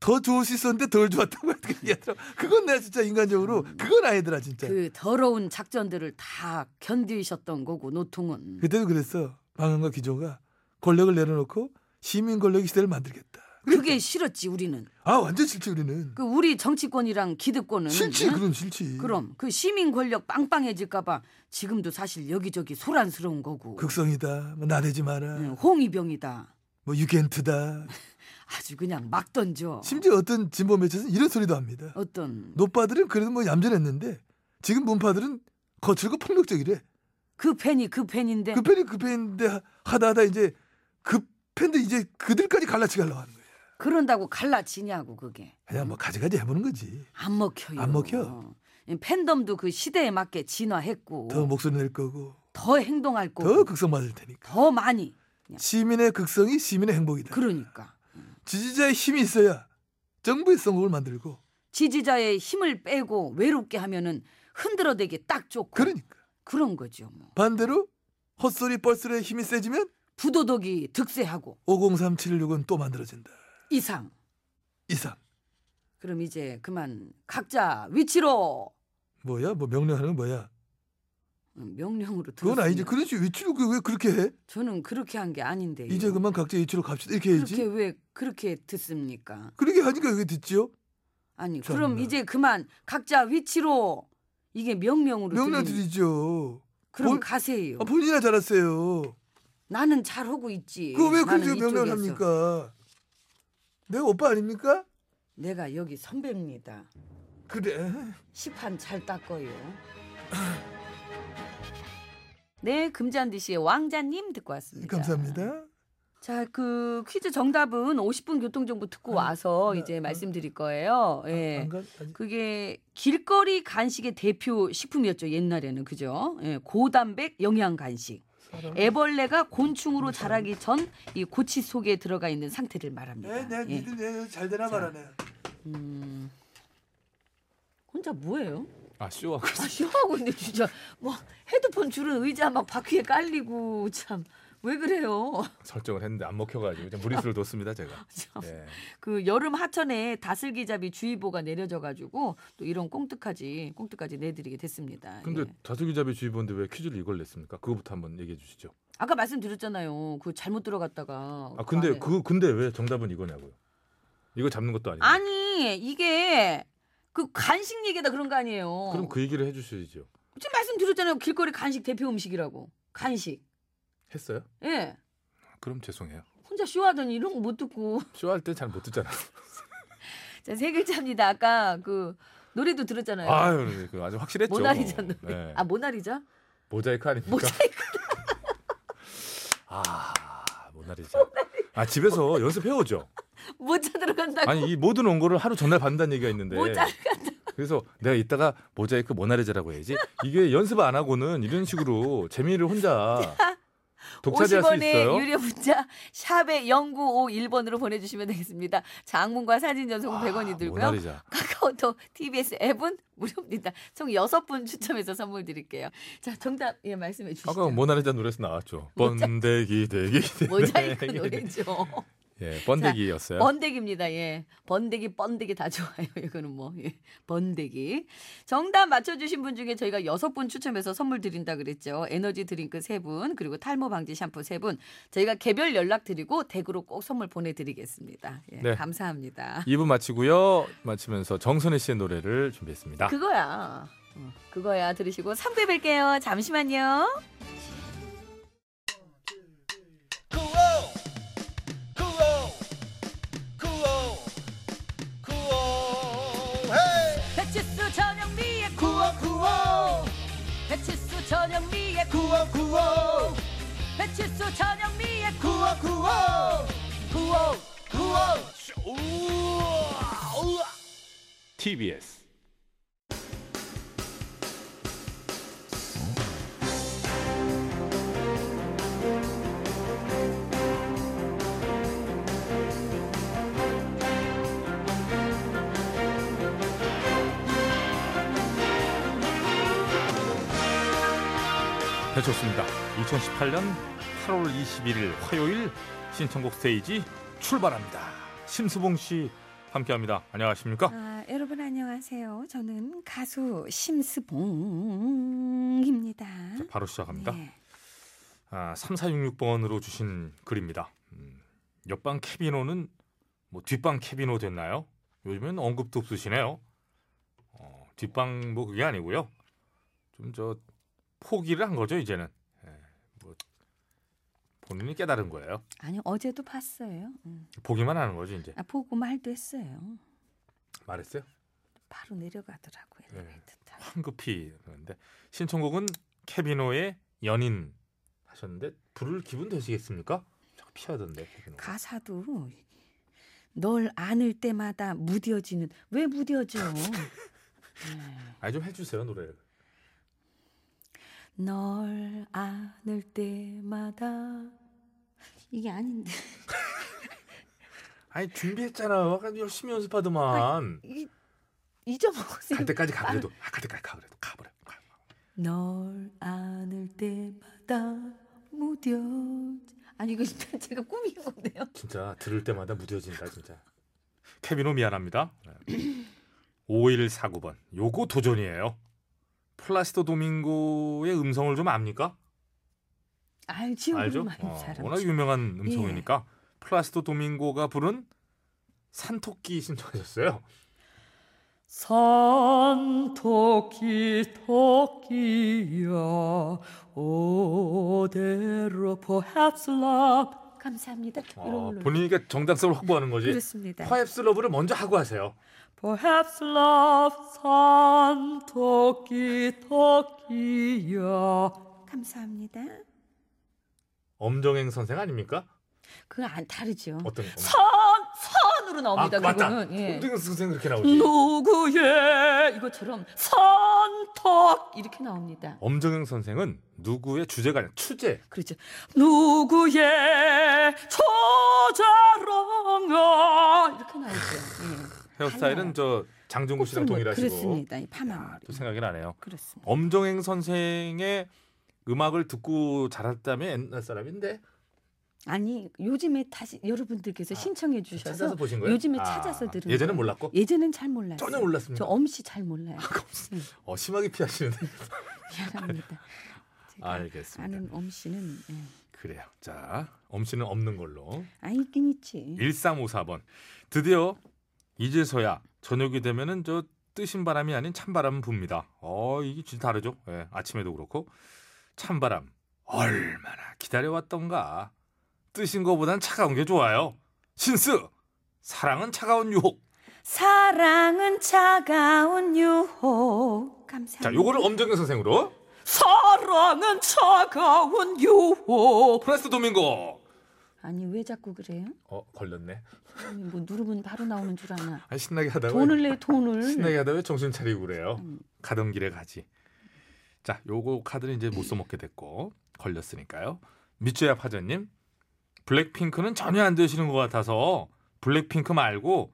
Speaker 4: 더 좋을 수 있었는데 덜 좋았다고 얘기하더라. 그건 내가 진짜 인간적으로 그건 아니더라 진짜.
Speaker 2: 음. 그 더러운 작전들을 다 견디셨던 거고 노통은.
Speaker 4: 그때도 그랬어. 방언과 기조가 권력을 내려놓고 시민 권력의 시대를 만들겠다. 그러니까.
Speaker 2: 그게 싫었지 우리는.
Speaker 4: 아 완전 싫지 우리는.
Speaker 2: 그 우리 정치권이랑 기득권은
Speaker 4: 싫지
Speaker 2: 응?
Speaker 4: 그럼 싫지.
Speaker 2: 그럼 그 시민 권력 빵빵해질까봐 지금도 사실 여기저기 소란스러운 거고.
Speaker 4: 극성이다. 뭐 나대지 마라.
Speaker 2: 응, 홍위병이다.
Speaker 4: 뭐 유겐트다.
Speaker 2: 아주 그냥 막 던져.
Speaker 4: 심지어 어떤 진보 매체에서는 이런 소리도 합니다.
Speaker 2: 어떤
Speaker 4: 노빠들은 그래도 뭐 얌전했는데 지금 문파들은 거칠고 폭력적이래.
Speaker 2: 그 팬이 그 팬인데
Speaker 4: 그 팬이 그 팬인데 하- 하다 하다 이제 그 팬들 이제 그들까지 갈라치갈라 하는 거야.
Speaker 2: 그, 런다고 갈라지냐고 그게
Speaker 4: 그냥 뭐 가지가지 해보는 거지.
Speaker 2: 안 먹혀요.
Speaker 4: 안 먹혀?
Speaker 2: 어. 팬덤도 그 시대에 맞게 진화했고
Speaker 4: 더
Speaker 2: 더,
Speaker 4: 목소리 낼 거고
Speaker 2: 행동할
Speaker 4: 더 그-
Speaker 2: 거고 더,
Speaker 4: 극성 맞을 테니까.
Speaker 2: 많이
Speaker 4: 시민의 극성이 시민의 행복이다.
Speaker 2: 그러니까
Speaker 4: 지지자의 힘이 있어야 정부의 성공을 만들고
Speaker 2: 지지자의 힘을 빼고 외롭게 하면은 흔들어대기 딱 좋고
Speaker 4: 그러니까
Speaker 2: 런 거죠. 뭐
Speaker 4: 반대로 헛소리 뻘소리의 힘이 세지면
Speaker 2: 부도덕이 득세하고
Speaker 4: 503716은 또 만들어진다.
Speaker 2: 이상.
Speaker 4: 이상.
Speaker 2: 그럼 이제 그만 각자 위치로
Speaker 4: 뭐야? 뭐 명령하는 건 뭐야?
Speaker 2: 음, 명령으로
Speaker 4: 그건 아니지.
Speaker 2: 들었습니다.
Speaker 4: 그런 식으로 위치로 그왜 그렇게 해?
Speaker 2: 저는 그렇게 한 게 아닌데
Speaker 4: 이제 그만 각자 위치로 갑시다. 이렇게
Speaker 2: 예. 그렇게
Speaker 4: 해야지.
Speaker 2: 왜 그렇게 듣습니까?
Speaker 4: 그렇게 하니까 그게 듣지요?
Speaker 2: 아니
Speaker 4: 참나.
Speaker 2: 그럼 이제 그만 각자 위치로 이게 예. 명령으로
Speaker 4: 명령
Speaker 2: 들리니-
Speaker 4: 드리죠.
Speaker 2: 그럼
Speaker 4: 뭘-
Speaker 2: 가세요.
Speaker 4: 아, 본인이나 잘했어요.
Speaker 2: 나는 잘하고 있지.
Speaker 4: 그거 왜
Speaker 2: 나는
Speaker 4: 그렇게 명령을
Speaker 2: 예, 이쪽에서.
Speaker 4: 합니까? 내가 오빠 아닙니까?
Speaker 2: 내가 여기 선배입니다.
Speaker 4: 그래.
Speaker 2: 시판 잘 닦어요. 네, 금잔디씨의 왕자님 듣고 왔습니다.
Speaker 4: 감사합니다.
Speaker 2: 자, 그 퀴즈 정답은 50분 교통정보 듣고 와서
Speaker 4: 네,
Speaker 2: 이제
Speaker 4: 네.
Speaker 2: 말씀드릴 거예요. 예.
Speaker 4: 안 가? 아니, 네.
Speaker 2: 그게 길거리 간식의 대표 식품이었죠 옛날에는 그죠? 예, 고단백 영양 간식. 예.
Speaker 4: 사람.
Speaker 2: 애벌레가
Speaker 4: 음.
Speaker 2: 곤충으로 자라기 전 이 고치 속에 들어가 있는 상태를 말합니다.
Speaker 4: 네, 내가
Speaker 2: 예.
Speaker 4: 니들 내가 잘 되나 말하네.
Speaker 2: 음. 혼자 뭐예요?
Speaker 1: 아 쇼하고
Speaker 2: 아, 쇼하고 있는데 진짜 뭐 헤드폰 줄은 의자 막 바퀴에 깔리고 참 왜 그래요?
Speaker 1: 설정을 했는데 안 먹혀가지고 좀 무리수를 뒀습니다 제가.
Speaker 2: 참.
Speaker 4: 네.
Speaker 1: 예.
Speaker 2: 그 여름 하천에 다슬기잡이 주의보가 내려져가지고 또 이런 꽁트까지 꽁트까지 내드리게 됐습니다.
Speaker 4: 근데
Speaker 2: 예.
Speaker 4: 자수기잡이 주의보인데 왜 퀴즈를 이걸 냈습니까? 그거부터 한번 얘기해 주시죠.
Speaker 2: 아까 말씀드렸잖아요. 그 잘못 들어갔다가. 네.
Speaker 4: 아 근데
Speaker 2: 안에.
Speaker 4: 그 근데 왜 정답은 이거냐고요? 이거 잡는 것도 아니고.
Speaker 2: 아니 이게 그 간식 얘기다 그런 거 아니에요.
Speaker 4: 그럼 그 얘기를 해 주셔야죠.
Speaker 2: 지금 말씀드렸잖아요. 길거리 간식 대표 음식이라고. 간식.
Speaker 4: 했어요?
Speaker 2: 예.
Speaker 4: 그럼 죄송해요.
Speaker 2: 혼자 쇼하더니 이런 거 못 듣고.
Speaker 4: 쇼할 때 잘 못 듣잖아.
Speaker 2: 자, 세 글자입니다. 아까 그 노래도 들었잖아요.
Speaker 4: 아유, 그 아주 확실했죠.
Speaker 2: 모나리자 노래.
Speaker 4: 네.
Speaker 2: 네. 아 모나리자?
Speaker 4: 모자이크 아닙니까?
Speaker 2: 모자이크.
Speaker 4: 아, 모나리자. 아, 집에서 연습해 오죠.
Speaker 2: 모자 들어간다고.
Speaker 4: 아니, 이 모든 원고를 하루 전날 받는다는 얘기가 있는데.
Speaker 2: 모자를
Speaker 4: 그래서 내가 이따가 모자이크 모나리자라고 해야지. 이게 연습 안 하고는 이런 식으로 재미를 혼자 독차지할 수
Speaker 2: 50원의
Speaker 4: 있어요.
Speaker 2: 유료 문자 샵에 0951번으로 보내주시면 되겠습니다. 장문과 사진 전송 은 100원이 들고요.
Speaker 4: 아, 모나리자.
Speaker 2: 카카오톡 TBS 앱은 무료입니다. 총 여섯 분 추첨해서 선물 드릴게요. 자, 정답 예 말씀해 주시죠.
Speaker 4: 아까 뭐 모나리자 노래에서 나왔죠. 번데기 대기 대기.
Speaker 2: 모자이크
Speaker 4: 네.
Speaker 2: 노래죠.
Speaker 4: 예, 번데기였어요.
Speaker 2: 번데기입니다. 예. 번데기, 번데기 다 좋아요. 이거는 뭐. 예. 번데기. 정답 맞춰주신 분 중에 저희가 여섯 분 추첨해서 선물 드린다 그랬죠. 에너지 드링크 세 분, 그리고 탈모 방지 샴푸 세 분. 저희가 개별 연락 드리고 댁으로 꼭 선물 보내드리겠습니다. 예,
Speaker 4: 네.
Speaker 2: 감사합니다.
Speaker 4: 2부 마치고요. 마치면서 정선혜 씨의 노래를 준비했습니다.
Speaker 2: 그거야. 어, 그거야. 들으시고 3부에 뵐게요. 잠시만요.
Speaker 6: 구호 구호 구호 구호 헤이
Speaker 2: 배치수 전영미의
Speaker 6: 구호 구호
Speaker 2: 배치수 전영미의
Speaker 6: 구호 구호
Speaker 2: 배치수 전영미의
Speaker 6: 구호 구호 구호 구호 우와 우와
Speaker 7: TBS
Speaker 1: 해쳤습니다. 2018년 8월 21일 화요일 신청곡 스테이지 출발합니다. 심수봉 씨 함께합니다. 안녕하십니까?
Speaker 2: 아, 여러분 안녕하세요. 저는 가수 심스봉입니다.
Speaker 1: 바로 시작합니다.
Speaker 2: 네.
Speaker 1: 아, 3466번으로 주신 글입니다. 음, 옆방 캐비노는 뭐 뒷방 캐비노 됐나요? 요즘엔 언급도 없으시네요. 어, 뒷방 뭐 그게 아니고요. 좀 저 포기를 한 거죠 이제는. 예, 뭐 본인이 깨달은 거예요.
Speaker 2: 아니 어제도 봤어요. 음.
Speaker 1: 보기만 하는 거죠 이제.
Speaker 2: 아, 보고 말도 했어요.
Speaker 1: 말했어요?
Speaker 2: 바로 내려가더라고요.
Speaker 1: 네.
Speaker 2: 엘리베이터 타고.
Speaker 1: 황급히 그런데 신청곡은 캐비노의 연인 하셨는데 부를 기분 되시겠습니까? 자꾸 피하던데. 캐비노가.
Speaker 2: 가사도 널 안을 때마다 무뎌지는 왜 무뎌져?
Speaker 1: 아니 좀 해주세요 노래.
Speaker 2: 널 안을 때마다 이게 아닌데
Speaker 1: 아니 준비했잖아요. 아까 열심히 연습하더만.
Speaker 2: 아, 이 잊어먹었어요.
Speaker 1: 갈 때까지 가 그래도. 아, 갈 때까지 가 그래도 가버려. 가.
Speaker 2: 널 안을 때마다 무뎌. 아니 이거 진짜 제가 꿈인 건데요.
Speaker 1: 진짜 들을 때마다 무뎌진다 진짜. 케비노 미안합니다. 5149번. 요거 도전이에요. 플라시도 도밍고의 음성을 좀 압니까?
Speaker 2: 알지요?
Speaker 1: 알죠?
Speaker 2: 많이
Speaker 1: 어,
Speaker 2: 사람.
Speaker 1: 워낙
Speaker 2: 예.
Speaker 1: 유명한 음성이니까. 플라시도 도밍고가 부른 산토끼 신청하셨어요.
Speaker 5: 산토끼 토끼야 오데로 perhaps love
Speaker 2: 감사합니다.
Speaker 1: 어,
Speaker 2: 이런 걸로.
Speaker 1: 본인이가 정당성을 확보하는 거지.
Speaker 2: 그렇습니다.
Speaker 1: 화앱스 러브를 먼저 하고 하세요.
Speaker 5: perhaps love 산토끼 토끼야
Speaker 2: 감사합니다.
Speaker 1: 엄정행 선생 아닙니까?
Speaker 2: 그거 안 다르죠.
Speaker 1: 어떤 거?
Speaker 5: 아, 선 선으로 나옵니다
Speaker 1: 아, 맞다.
Speaker 5: 그거는 예.
Speaker 1: 엄정행 선생 그렇게 나오지.
Speaker 5: 누구의 이것처럼 선턱 이렇게 나옵니다.
Speaker 1: 엄정영 선생은 누구의 주제가 아니라 추제.
Speaker 5: 그렇죠. 누구의 초자랑아 이렇게 나오죠.
Speaker 1: 헤어스타일은 저 장정구 씨랑
Speaker 2: 뭐
Speaker 1: 동일하시고
Speaker 2: 예. 그렇습니다. 이 파마머리.
Speaker 1: 또 생각이 나네요.
Speaker 2: 그렇습니다.
Speaker 1: 엄정행 선생의 음악을 듣고 자랐다면 옛날 사람인데
Speaker 2: 아니 요즘에 다시 여러분들께서 신청해 주셔서
Speaker 1: 찾아서 보신 거예요?
Speaker 2: 요즘에
Speaker 1: 아,
Speaker 2: 찾아서 들은
Speaker 1: 예전엔
Speaker 2: 거예요.
Speaker 1: 몰랐고?
Speaker 2: 예전엔 잘 몰랐어요.
Speaker 1: 전혀 몰랐습니다.
Speaker 2: 저 엄씨 잘 몰라요.
Speaker 1: 어, 심하게 피하시는데
Speaker 2: 미안합니다. 제가
Speaker 1: 알겠습니다.
Speaker 2: 아는 엄씨는 예.
Speaker 1: 그래요. 자, 엄씨는 없는 걸로.
Speaker 2: 아 있긴 있지.
Speaker 1: 1354번. 드디어 이제서야 저녁이 되면은 저 뜨신 바람이 아닌 찬바람 붑니다. 어, 이게 진짜 다르죠? 예, 아침에도 그렇고. 찬바람. 얼마나 기다려왔던가. 뜨신 거보단 차가운 게 좋아요. 신스! 사랑은 차가운 유혹.
Speaker 2: 사랑은 차가운 유혹. 감사합니다.
Speaker 1: 자, 요거를 엄정현 선생으로.
Speaker 5: 사랑은 차가운 유혹.
Speaker 1: 어, 프레스 도밍고.
Speaker 2: 아니 왜 자꾸 그래요?
Speaker 1: 어, 걸렸네.
Speaker 2: 아니, 뭐 누르면 바로 나오는 줄 아나.
Speaker 1: 아니, 신나게 하다가
Speaker 2: 돈을 내 돈을.
Speaker 1: 신나게 하다 왜 정신 차리고 그래요? 가던 길에 가지. 자, 요거 카드는 이제 못 써먹게 됐고 걸렸으니까요. 밑줄야 파전님, 블랙핑크는 전혀 안 되시는 것 같아서 블랙핑크 말고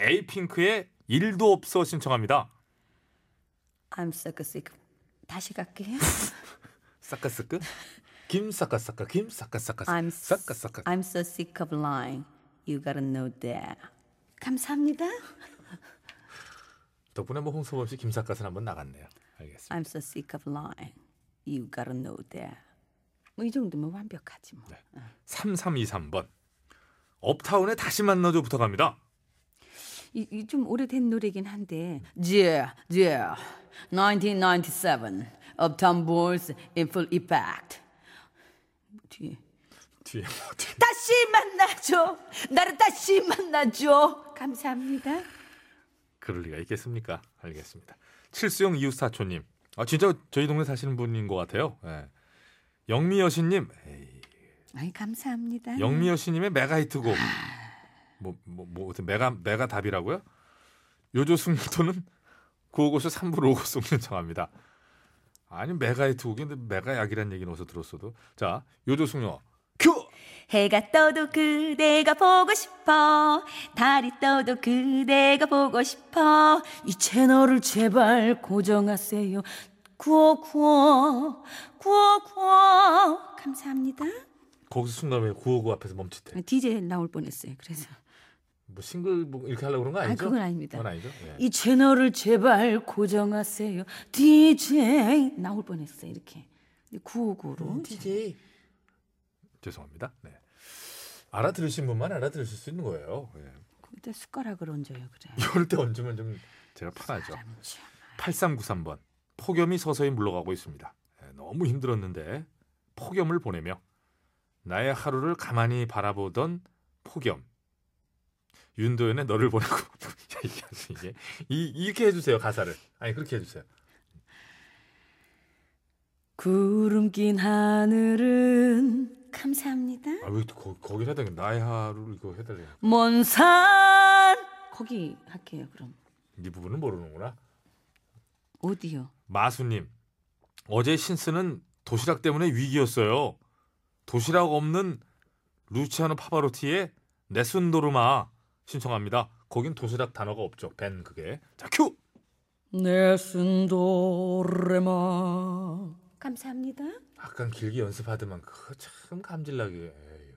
Speaker 1: 에이핑크의 일도 없어 신청합니다.
Speaker 2: I'm so sick. 다시 갈게요.
Speaker 1: 사카스크, 김사카사카, 김사카사카,
Speaker 2: I'm
Speaker 1: 사카사카.
Speaker 2: I'm so sick of lying. You gotta know that. 감사합니다.
Speaker 1: 덕분에 뭐 홍서범 씨 김사카는 한번 나갔네요. 알겠습니다.
Speaker 2: I'm so sick of lying. You gotta know that. 뭐 이 정도면 완벽하지
Speaker 1: 네.
Speaker 2: 뭐.
Speaker 1: 3323번. 업타운에 다시 만나줘 부탁합니다.
Speaker 2: 이좀 오래된 노래긴 한데
Speaker 5: Yeah, yeah. 1997. Uptown Boys in full effect.
Speaker 2: 뭐 뒤에
Speaker 1: 뒤에 뭐 어떻게
Speaker 5: 다시 만나줘. 나를 다시 만나줘.
Speaker 2: 감사합니다.
Speaker 1: 그럴 리가 있겠습니까? 알겠습니다. 칠수영 이웃사촌님. 아 진짜 저희 동네 사시는 분인 것 같아요. 예. 영미 여신님. 에이,
Speaker 2: 아이 감사합니다.
Speaker 1: 영미 여신님의 메가히트곡.
Speaker 2: 아.
Speaker 1: 뭐뭐 뭐, 뭐 어떤 메가 메가 답이라고요? 요조숙 또는 구호고쇼 3부 로고송 신청합니다. 아니 메가히트곡인데 메가약이란 얘기는 어디서 들었어도 자 요조숙녀 큐
Speaker 2: 해가 떠도 그대가 보고 싶어. 달이 떠도 그대가 보고 싶어.
Speaker 5: 이 채널을 제발 고정하세요.
Speaker 2: 구호 구호 구호 구호 감사합니다.
Speaker 1: 거기서 순간에 959 앞에서 멈칫해.
Speaker 2: DJ 나올 뻔했어요. 그래서
Speaker 1: 뭐 싱글 뭐 이렇게 하려고 그런 거 아니죠?
Speaker 2: 아니, 그건 아닙니다.
Speaker 1: 그건 아니죠. 예.
Speaker 2: 이 채널을 제발 고정하세요. DJ 나올 뻔했어요. 이렇게 959로
Speaker 1: 음, 죄송합니다. 네. 알아들으신 분만 알아들으실 수 있는 거예요. 예.
Speaker 2: 그때 숟가락을 얹어요. 그래.
Speaker 1: 이럴 때 얹으면 좀 제가 편하죠. 8393번 폭염이 서서히 물러가고 있습니다. 예, 너무 힘들었는데 폭염을 보내며 나의 하루를 가만히 바라보던 폭염 윤도현의 너를 보내고 야, 이게 아주 이게 이, 이렇게 해주세요 가사를 아니 그렇게 해주세요
Speaker 2: 구름 낀 하늘은 감사합니다.
Speaker 1: 아왜 거기 해달래 나의 하루를 이거 해달래
Speaker 2: 먼 산 거기 할게요. 그럼
Speaker 1: 이 부분은 모르는구나
Speaker 2: 어디요?
Speaker 1: 마수님 어제 신스는 도시락 때문에 위기였어요. 도시락 없는 루치아노 파바로티의 네순도르마 신청합니다. 거긴 도시락 단어가 없죠. 벤 그게 자 큐.
Speaker 8: 내 순도레마
Speaker 2: 감사합니다.
Speaker 1: 약간 길게 연습하더만 그거 참 감질나게. 에휴.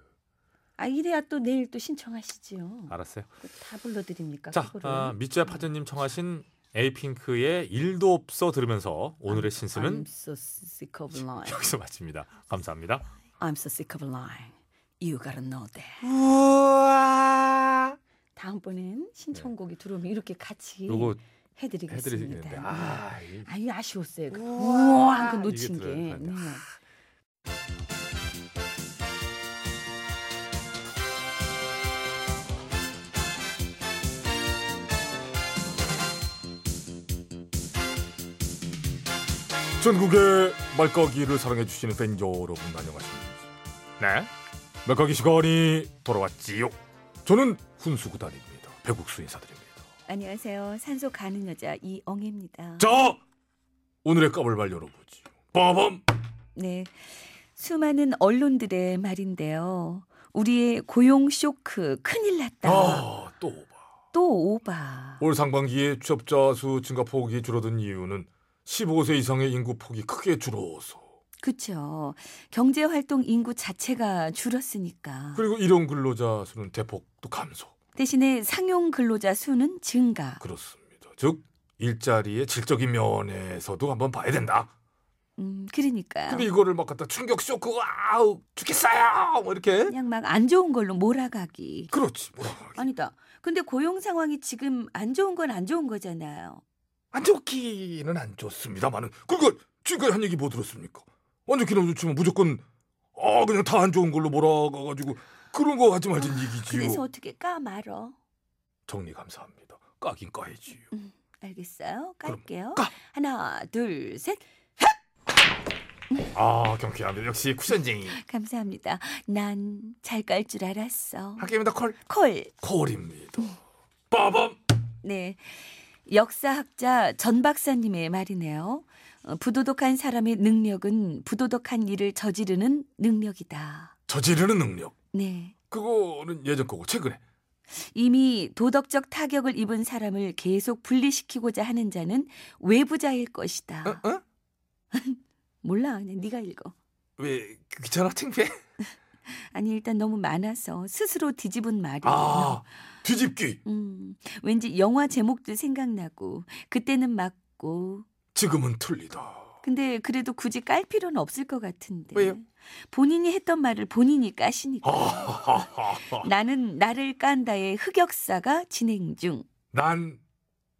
Speaker 2: 아 이래야 또 내일 또 신청하시지요.
Speaker 1: 알았어요.
Speaker 2: 그거 다 불러드립니까?
Speaker 1: 자
Speaker 2: 그거를?
Speaker 1: 아, 미쯔야 파전님 청하신 에이핑크의 일도 없어 들으면서 오늘의 신스는
Speaker 2: I'm so sick of lying.
Speaker 1: 여기서 마칩니다. 감사합니다.
Speaker 2: I'm so sick of lying. You gotta know that. 다음번엔 신청곡이 들어오면 이렇게 같이
Speaker 1: 요거
Speaker 2: 해드리겠습니다.
Speaker 1: 해드리겠는데 아 이-
Speaker 2: 아유 아쉬웠어요. 그 우와 그 놓친
Speaker 1: 이게
Speaker 2: 게.
Speaker 1: 들어야 되는데.
Speaker 2: 네.
Speaker 1: 전국의 말까기를 사랑해주시는 팬 여러분 안녕하십니까 네 말까기 시간이 돌아왔지요 저는 훈수구단입니다 배국수 인사드립니다
Speaker 2: 안녕하세요. 산소 가는 여자 이엉입니다.
Speaker 1: 자 오늘의 까불발 열어보지요 빠밤
Speaker 2: 네. 수많은 언론들의 말인데요. 우리의 고용 쇼크 큰일 났다.
Speaker 1: 어. 아, 아또올
Speaker 2: 또 오바.
Speaker 1: 상반기에 취업자 수 증가 폭이 줄어든 이유는 15세 이상의 인구 폭이 크게 줄어서
Speaker 2: 그렇죠. 경제 활동 인구 자체가 줄었으니까.
Speaker 1: 그리고 일용 근로자 수는 대폭 또 감소
Speaker 2: 대신에 상용 근로자 수는 증가.
Speaker 1: 그렇습니다 즉 일자리의 질적인 면에서도 한번 봐야 된다
Speaker 2: 음, 그러니까
Speaker 1: 근데 이거를 막 갖다 충격 쇼크 아우 죽겠어요 뭐 이렇게
Speaker 2: 그냥 막 안 좋은 걸로 몰아가기.
Speaker 1: 그렇지 뭐.
Speaker 2: 아니다. 근데 고용 상황이 지금 안 좋은 건 안 좋은 거잖아요.
Speaker 1: 안 좋기는 안 좋습니다만은 그러니까 지금까지 한 얘기 뭐 들었습니까 안 좋기는 안 좋지만 무조건 아 그냥 다 안 좋은 걸로 몰아가가지고 그런 거 하지
Speaker 2: 아,
Speaker 1: 말자는 얘기지요
Speaker 2: 그래서 어떻게 까 말어?
Speaker 1: 정리 감사합니다 까긴 까야지요
Speaker 2: 알겠어요. 깔게요.
Speaker 1: 까.
Speaker 2: 하나, 둘, 셋.
Speaker 1: 아 경쾌합니다 역시 쿠션쟁이
Speaker 2: 감사합니다. 난 잘 깔 줄 알았어.
Speaker 1: 학교입니다 콜
Speaker 2: 콜.
Speaker 1: 콜입니다 빠밤
Speaker 2: 네. 역사학자 전 박사님의 말이네요. 어, 부도덕한 사람의 능력은 부도덕한 일을 저지르는 능력이다.
Speaker 1: 저지르는 능력
Speaker 2: 네.
Speaker 1: 그거는 예전 거고 최근에
Speaker 2: 이미 도덕적 타격을 입은 사람을 계속 분리시키고자 하는 자는 외부자일 것이다.
Speaker 1: 어? 어?
Speaker 2: 몰라. 그냥 네가 읽어.
Speaker 1: 왜 귀찮아 창피해
Speaker 2: 아니 일단 너무 많아서 스스로 뒤집은 말이에요.
Speaker 1: 아 뒤집기
Speaker 2: 음. 왠지 영화 제목도 생각나고 그때는 맞고
Speaker 1: 지금은 틀리다
Speaker 2: 근데 그래도 굳이 깔 필요는 없을 것 같은데.
Speaker 1: 왜요?
Speaker 2: 본인이 했던 말을 본인이 까시니까.
Speaker 1: 아. 하하하하.
Speaker 2: 나는 나를 깐다의 흑역사가 진행 중.
Speaker 1: 난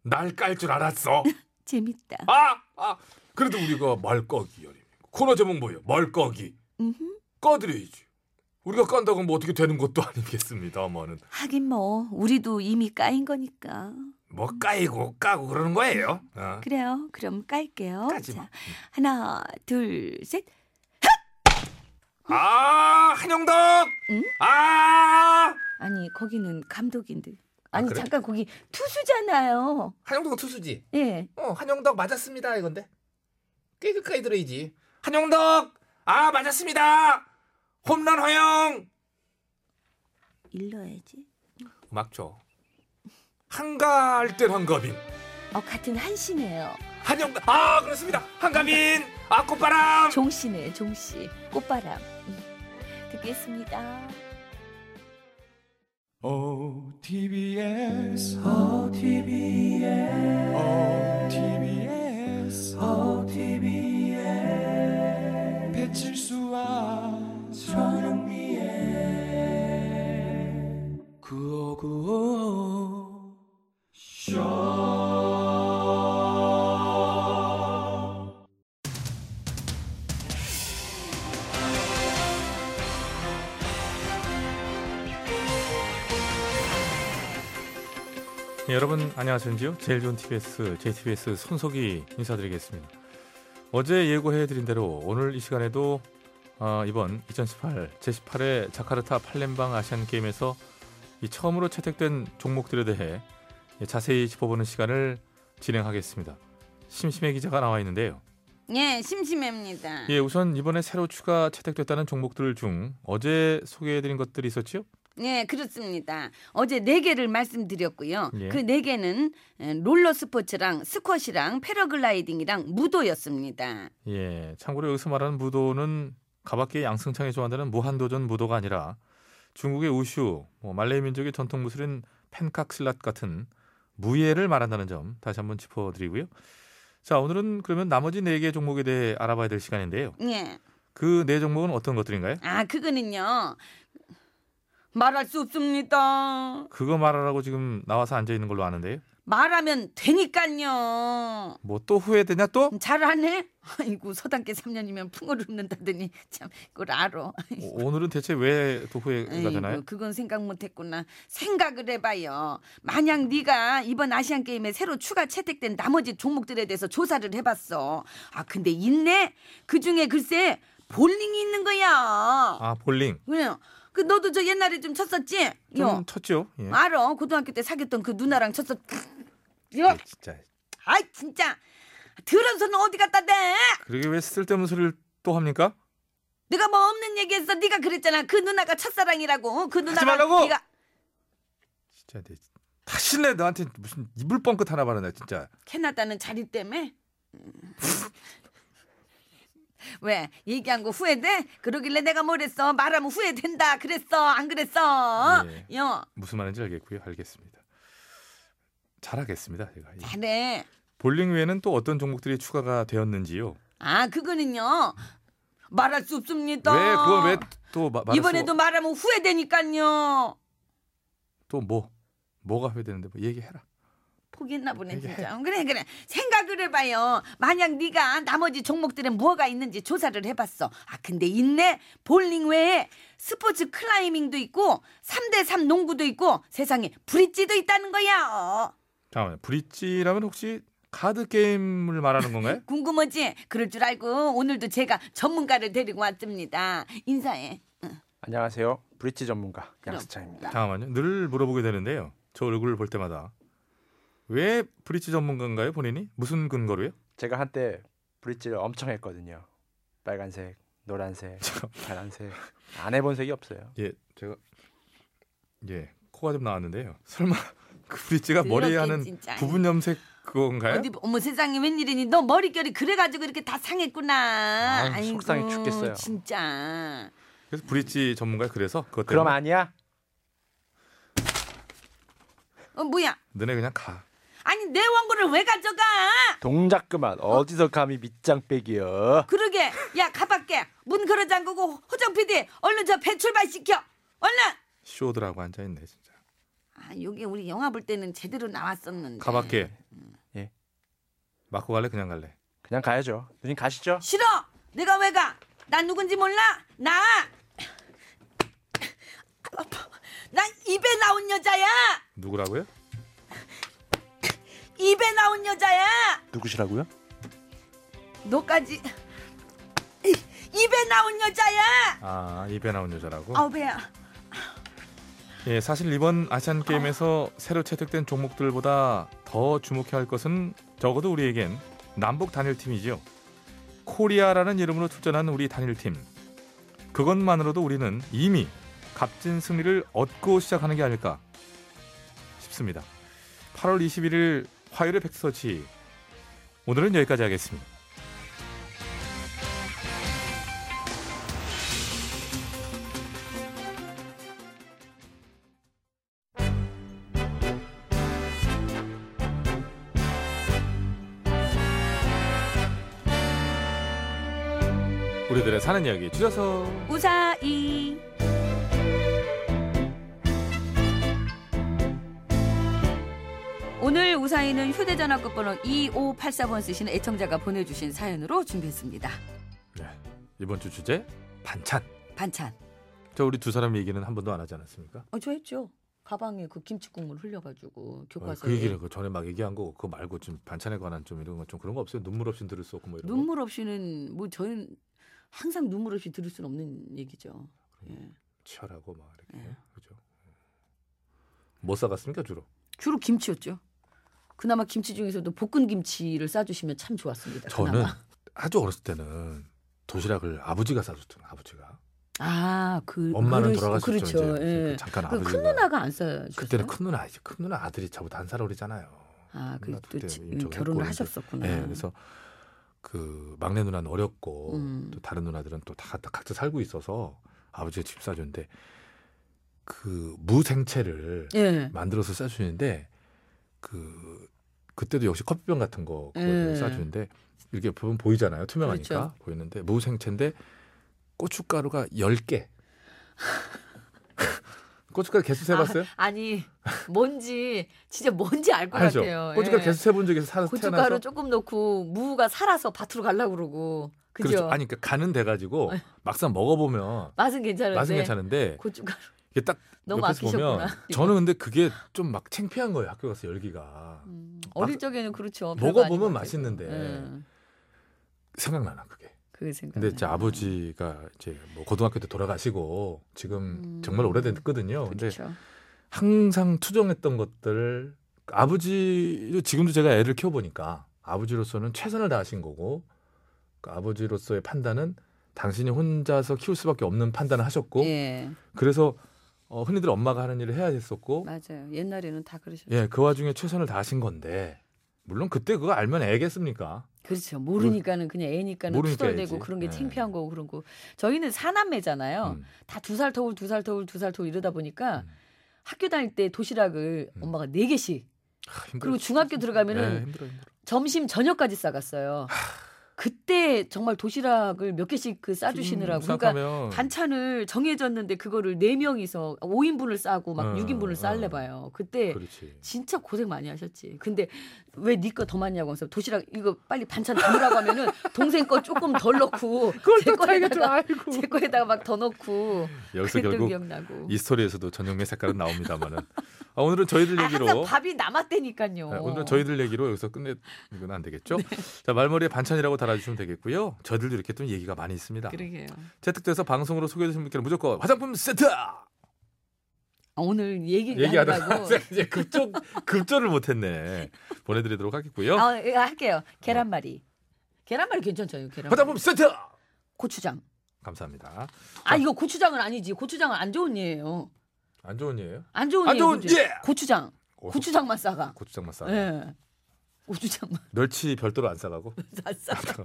Speaker 1: 날 깔 줄 알았어.
Speaker 2: 재밌다.
Speaker 1: 아, 아. 그래도 우리가 말꺼기 열입니다. 코너 제목 뭐예요? 말꺼기.
Speaker 2: 음흠.
Speaker 1: 꺼드려야지. 우리가 깐다고 뭐 어떻게 되는 것도 아니겠습니다만은
Speaker 2: 하긴 뭐 우리도 이미 까인 거니까.
Speaker 1: 뭐 까이고 까고 그러는 거예요. 어.
Speaker 2: 그래요. 그럼 깔게요.
Speaker 1: 까지 뭐. 마.
Speaker 2: 자, 하나, 둘, 셋.
Speaker 1: 아, 한영덕.
Speaker 2: 어? 응?
Speaker 1: 아,
Speaker 2: 아니 거기는 감독인데. 아니
Speaker 1: 그래?
Speaker 2: 잠깐 거기 투수잖아요.
Speaker 1: 한영덕은 투수지.
Speaker 2: 예.
Speaker 1: 어, 한영덕 맞았습니다 이건데. 꽤 끝까지 들어야지. 한영덕. 아, 맞았습니다. 홈런 허영.
Speaker 2: 일러야지.
Speaker 1: 음악 줘. 한가할 땐 한가빈.
Speaker 2: 어 같은 한심이에요.
Speaker 4: 한영 아 그렇습니다 한가민 아 꽃바람
Speaker 3: 종씨네 종씨 꽃바람 듣겠습니다.
Speaker 5: 어, OTBS,
Speaker 2: 어,
Speaker 5: OTBS,
Speaker 2: 어,
Speaker 5: 어, OTBS, OTBS. 배칠수와 전영미의 구호구호
Speaker 1: 네, 여러분 안녕하십니까? 제일 좋은 TBS, JTBS 손석희 인사드리겠습니다. 어제 예고해드린 대로 오늘 이 시간에도 아, 이번 2018 제18회 자카르타 팔렘방 아시안 게임에서 이 처음으로 채택된 종목들에 대해 자세히 짚어보는 시간을 진행하겠습니다. 심심해 기자가 나와 있는데요.
Speaker 2: 예, 심심합니다.
Speaker 1: 예, 우선 이번에 새로 추가 채택됐다는 종목들 중 어제 소개해드린 것들이 있었지요?
Speaker 2: 예, 그렇습니다. 어제 네 개를 말씀드렸고요.
Speaker 1: 예.
Speaker 2: 그 네 개는 에, 롤러 스포츠랑 스쿼시랑 패러글라이딩이랑 무도였습니다.
Speaker 1: 예, 참고로 여기서 말하는 무도는 가밖에 양승창이 좋아한다는 무한도전 무도가 아니라 중국의 우슈, 뭐 말레이 민족의 전통 무술인 펜칵실랏 같은 무예를 말한다는 점 다시 한번 짚어드리고요. 자, 오늘은 그러면 나머지 네 개 종목에 대해 알아봐야 될 시간인데요.
Speaker 2: 예.
Speaker 1: 그 네 종목은 어떤 것들인가요?
Speaker 2: 아, 그거는요. 말할 수 없습니다.
Speaker 1: 그거 말하라고 지금 나와서 앉아 있는 걸로 아는데요.
Speaker 2: 말하면 되니까요.
Speaker 1: 뭐 또 후회되냐 또?
Speaker 2: 잘하네? 아이고, 서당계 3년이면 풍어를 읊는다더니 참 그걸 알아.
Speaker 1: 오- 오늘은 대체 왜 또 후회가 되나요?
Speaker 2: 네. 아이고, 그건 생각 못했구나. 생각을 해봐요. 만약 네가 이번 아시안 게임에 새로 추가 채택된 나머지 종목들에 대해서 조사를 해봤어. 아 근데 있네. 그 중에 글쎄 볼링이 있는 거야.
Speaker 1: 아, 볼링.
Speaker 2: 그래요. 그 너도 저 옛날에 좀 쳤었지? 요.
Speaker 1: 좀 쳤죠? 예.
Speaker 2: 알아. 고등학교 때 사귀었던 그 누나랑 쳤었. 요.
Speaker 1: 진짜.
Speaker 2: 아이 진짜. 들어서는 어디 갔다 대?
Speaker 1: 그러게 왜 쓸데없는 소리를 또 합니까?
Speaker 2: 네가 뭐 없는 얘기했어. 네가 그랬잖아. 그 누나가 첫사랑이라고. 그 누나가
Speaker 4: 말라고!
Speaker 2: 네가
Speaker 1: 진짜 내
Speaker 4: 다시 내 너한테 무슨 이불 뻥끗 하나 바르네 진짜
Speaker 2: 캐나다는 자리 때문에 음. 왜 얘기한 거 후회돼? 그러길래 내가 뭐랬어? 말하면 후회된다. 그랬어? 안 그랬어?
Speaker 1: 예.
Speaker 2: 여
Speaker 1: 무슨 말인지 알겠고요. 알겠습니다. 잘하겠습니다. 제가. 예.
Speaker 2: 잘해.
Speaker 1: 볼링 외에는 또 어떤 종목들이 추가가 되었는지요?
Speaker 2: 아 그거는요 말할 수 없습니다.
Speaker 1: 왜 그걸 왜또 말할
Speaker 2: 이번에도 말하면 후회되니까요.
Speaker 1: 또뭐 뭐가 회되는데 뭐 얘기해라.
Speaker 2: 포기했나 보네
Speaker 1: 이게-
Speaker 2: 진짜. 어, 그래 그래 생각을 해봐요. 만약 네가 나머지 종목들은 뭐가 있는지 조사를 해봤어. 아 근데 있네. 볼링 외에 스포츠 클라이밍도 있고 3대3 농구도 있고 세상에 브릿지도 있다는 거야. 어,
Speaker 1: 잠깐만요. 브릿지라면 혹시 카드 게임을 말하는 건가요?
Speaker 2: 궁금하지? 그럴 줄 알고 오늘도 제가 전문가를 데리고 왔습니다. 인사해.
Speaker 9: 안녕하세요. 브릿지 전문가
Speaker 2: 그럼. 아,
Speaker 9: 양수창입니다.
Speaker 1: 잠깐만요. 늘 물어보게 되는데요. 저 얼굴을 볼 때마다 왜 브릿지 전문가인가요, 본인이? 무슨 근거로요?
Speaker 9: 제가 한때 브릿지를 엄청 했거든요. 빨간색, 노란색, 파란색. 안 해본 색이 없어요.
Speaker 1: 예, 제가 예 코가 좀 나왔는데요. 설마 그 브릿지가 머리에
Speaker 2: 더럽긴
Speaker 1: 하는
Speaker 2: 진짜.
Speaker 1: 부분 염색 그건가요?
Speaker 2: 어디 어머 세상에 웬일이니? 너 머릿결이 그래가지고 이렇게 다 상했구나.
Speaker 9: 아유, 속상해
Speaker 2: 아이고,
Speaker 9: 죽겠어요.
Speaker 2: 진짜.
Speaker 1: 그래서 브릿지 전문가 그래서 그것 때문에
Speaker 9: 그럼 아니야?
Speaker 2: 어 뭐야?
Speaker 1: 너네 그냥 가.
Speaker 2: 아니 내 원고를 왜 가져가?
Speaker 9: 동작 그만. 어디서 감히 밑장 빼기여.
Speaker 2: 그러게 야 가밖에 문 걸어 잠그고 호정 PD 얼른 저 배 출발시켜 얼른
Speaker 1: 쇼드라고 앉아 있네 진짜.
Speaker 2: 아 여기 우리 영화 볼 때는 제대로 나왔었는데
Speaker 1: 가밖에.
Speaker 9: 예.
Speaker 1: 맞고 갈래 그냥 갈래.
Speaker 9: 그냥 가야죠. 누님 가시죠.
Speaker 2: 싫어 내가 왜가난 누군지 몰라 나 아파. 난 입에 나온 여자야
Speaker 1: 누구라고요?
Speaker 2: 입에 나온 여자야
Speaker 9: 누구시라고요?
Speaker 2: 너까지 입에 나온 여자야
Speaker 1: 아 입에 나온 여자라고.
Speaker 2: 아우 배야
Speaker 1: 예 사실 이번 아시안 게임에서 새로 채택된 종목들보다 더 주목해야 할 것은 적어도 우리에겐 남북 단일팀이죠. 코리아라는 이름으로 출전한 우리 단일팀. 그것만으로도 우리는 이미 값진 승리를 얻고 시작하는 게 아닐까 싶습니다. 8월 21일 화요일의 팩트서치 오늘은 여기까지 하겠습니다. 우리들의 사는 이야기 줄여서
Speaker 2: 우사이 오늘 우사이는 휴대전화 끝번호 2584번 쓰시는 애청자가 보내주신 사연으로 준비했습니다.
Speaker 1: 이번 주 주제 반찬.
Speaker 2: 반찬.
Speaker 1: 자 우리 두 사람 얘기는 한 번도 안 하지 않았습니까?
Speaker 2: 어, 저 했죠. 가방에 그 김치 국물 흘려가지고
Speaker 1: 어,
Speaker 2: 교과서에
Speaker 1: 그 얘기를 그 전에 막 얘기한 거 그거 말고 좀 반찬에 관한 좀 이런 거 좀 그런 거 없어요? 눈물 없이 들을 수 없고 뭐 이런 거.
Speaker 2: 눈물 없이는 뭐 저는 항상 눈물 없이 들을 수는 없는 얘기죠. 예.
Speaker 1: 치열하고 막 이렇게
Speaker 2: 네.
Speaker 1: 그죠. 예. 뭐 싸갔습니까 주로?
Speaker 2: 주로 김치였죠. 그나마 김치 중에서도 볶은 김치를 싸주시면 참 좋았습니다.
Speaker 1: 저는
Speaker 2: 그나마.
Speaker 1: 아주 어렸을 때는 도시락을 아버지가 싸줬잖아요. 아버지가
Speaker 2: 아, 그
Speaker 1: 엄마는
Speaker 2: 그릇-
Speaker 1: 돌아가셨죠.
Speaker 2: 그렇죠.
Speaker 1: 이제
Speaker 2: 예.
Speaker 1: 그 잠깐
Speaker 2: 그
Speaker 1: 아버지가
Speaker 2: 큰 누나가 안 써요.
Speaker 1: 그때는 큰 누나 이제 큰 누나 아들이 저보다 한 살 어리잖아요.
Speaker 2: 아,
Speaker 1: 누나
Speaker 2: 그또
Speaker 1: 그때
Speaker 2: 음,
Speaker 1: 인정했고
Speaker 2: 결혼을
Speaker 1: 이제.
Speaker 2: 하셨었구나.
Speaker 1: 네, 그래서 그 막내 누나는 어렸고
Speaker 2: 음.
Speaker 1: 또 다른 누나들은 또 다 각자 살고 있어서 아버지가 집 사줬는데 그 무생채를
Speaker 2: 예.
Speaker 1: 만들어서 싸주는데 그 그때도 역시 커피병 같은 거
Speaker 2: 예.
Speaker 1: 그걸 싸주는데 이렇게 보면 보이잖아요 투명하니까
Speaker 2: 그렇죠.
Speaker 1: 보이는데 무생채인데 고춧가루가 10개 고춧가루 개수 세봤어요?
Speaker 2: 아니, 뭔지 진짜 뭔지 알 것
Speaker 1: 알죠?
Speaker 2: 같아요.
Speaker 1: 고춧가루
Speaker 2: 예.
Speaker 1: 개수 세본 적이 있어서 살아서
Speaker 2: 고춧가루
Speaker 1: 태어나서
Speaker 2: 조금 넣고 무가 살아서 밭으로 가려고 그러고. 그죠? 어.
Speaker 1: 그렇죠. 아니 그러니까 간은 돼가지고 막상 먹어보면
Speaker 2: 맛은 괜찮은데.
Speaker 1: 맛은 괜찮은데
Speaker 2: 고춧가루
Speaker 1: 이게 딱
Speaker 2: 네, 너무
Speaker 1: 옆에서
Speaker 2: 아끼셨구나.
Speaker 1: 보면 저는 근데 그게 좀 막 창피한 거예요. 학교 가서 열기가
Speaker 2: 음, 어릴
Speaker 1: 막-
Speaker 2: 적에는 그렇죠. 별거 아닌
Speaker 1: 먹어보면
Speaker 2: 것 같아요.
Speaker 1: 맛있는데
Speaker 2: 예.
Speaker 1: 생각나나 그게.
Speaker 2: 그게 생각.
Speaker 1: 근데 이제 아버지가 이제 뭐 고등학교 때 돌아가시고 지금
Speaker 2: 음.
Speaker 1: 정말 오래됐거든요. 근데
Speaker 2: 그렇죠.
Speaker 1: 항상 투정했던 것들 아버지 지금도 제가 애를 키워보니까 아버지로서는 최선을 다하신 거고 그 아버지로서의 판단은 당신이 혼자서 키울 수밖에 없는 판단을 하셨고
Speaker 2: 예,
Speaker 1: 그래서 어, 흔히들 엄마가 하는 일을 해야 됐었고
Speaker 2: 맞아요. 옛날에는 다 그러셨죠.
Speaker 1: 예, 그 와중에 최선을 다하신 건데 물론 그때 그거 알면 애겠습니까?
Speaker 2: 그렇죠. 모르니까는 그냥 애니까는
Speaker 1: 모르니까
Speaker 2: 투덜대고
Speaker 1: 알지.
Speaker 2: 그런 게
Speaker 1: 네.
Speaker 2: 창피한 거고 그런 거. 저희는 사남매잖아요.
Speaker 1: 음.
Speaker 2: 다 두 살 터울, 두 살 터울, 두 살 터울 이러다 보니까
Speaker 1: 음.
Speaker 2: 학교 다닐 때 도시락을
Speaker 1: 음.
Speaker 2: 엄마가 네 개씩
Speaker 1: 아, 힘들어.
Speaker 2: 그리고 중학교 들어가면은
Speaker 1: 예, 힘들어, 힘들어.
Speaker 2: 점심 저녁까지 싸갔어요. 그때 정말 도시락을 몇 개씩 그 싸주시느라고
Speaker 1: 지금
Speaker 2: 그러니까
Speaker 1: 생각하면
Speaker 2: 반찬을 정해졌는데 그거를 네 명이서 5인분을 싸고 막
Speaker 1: 어,
Speaker 2: 6인분을
Speaker 1: 어.
Speaker 2: 쌀래 봐요. 그때
Speaker 1: 그렇지.
Speaker 2: 진짜 고생 많이 하셨지. 근데 왜 네 거 더 많냐고 하면서 도시락 이거 빨리 반찬 담으라고 하면은 동생 거 조금 덜 넣고 제 거에다가 제 거에다가 막 더 넣고
Speaker 1: 여기서
Speaker 2: 그랬던
Speaker 1: 결국
Speaker 2: 기억나고.
Speaker 1: 이 스토리에서도 전영미 색깔은 나옵니다만은 아, 오늘은 저희들
Speaker 2: 아, 항상 어.
Speaker 1: 얘기로
Speaker 2: 밥이 남았다니까요.
Speaker 1: 아, 오늘은 저희들 얘기로 여기서 끝내 이건 안
Speaker 2: 네.
Speaker 1: 되겠죠? 자 말머리에 반찬이라고 달아주시면 되겠고요. 저희들도 이렇게 또 얘기가 많이 있습니다.
Speaker 2: 그러게요.
Speaker 1: 채택돼서 방송으로 소개되신 분께는 무조건 화장품 세트
Speaker 2: 네, 아, 오늘 얘기
Speaker 1: 얘기하다가
Speaker 2: 한다고.
Speaker 1: 이제 급조 급조를 못했네 보내드리도록 하겠고요.
Speaker 2: 아, 예, 할게요. 계란말이. 계란말이 괜찮죠, 계란말이.
Speaker 1: 화장품 세트
Speaker 2: 고추장.
Speaker 1: 감사합니다.
Speaker 2: 아, 이거 고추장은 아니지. 고추장은 안 좋은 예예요.
Speaker 1: 안 좋은 예예요?
Speaker 2: 안 좋은
Speaker 1: 안
Speaker 2: 예예요,
Speaker 1: 좋은
Speaker 2: 고추장.
Speaker 1: 예!
Speaker 2: 고추장.
Speaker 1: 어,
Speaker 2: 고추장만 싸가.
Speaker 1: 고추장만 싸.
Speaker 2: 예. 고추장만
Speaker 1: 멸치 별도로 안 싸가고.
Speaker 2: 안 싸가.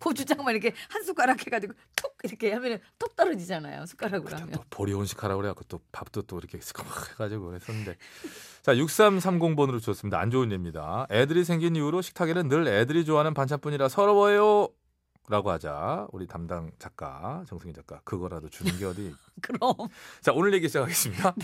Speaker 2: 고추장만 이렇게 한 숟가락 해가지고 톡 이렇게 하면 톡 떨어지잖아요. 숟가락으로 하면.
Speaker 1: 또 보리 온식하라 그래갖고 또 밥도 또 이렇게 스커막 해가지고 그랬었는데 자 6330번으로 주셨습니다 안 좋은 예입니다 애들이 생긴 이후로 식탁에는 늘 애들이 좋아하는 반찬뿐이라 서러워요 라고 하자 우리 담당 작가 정승희 작가 그거라도 주는 게 어디
Speaker 2: 그럼.
Speaker 1: 자 오늘 얘기 시작하겠습니다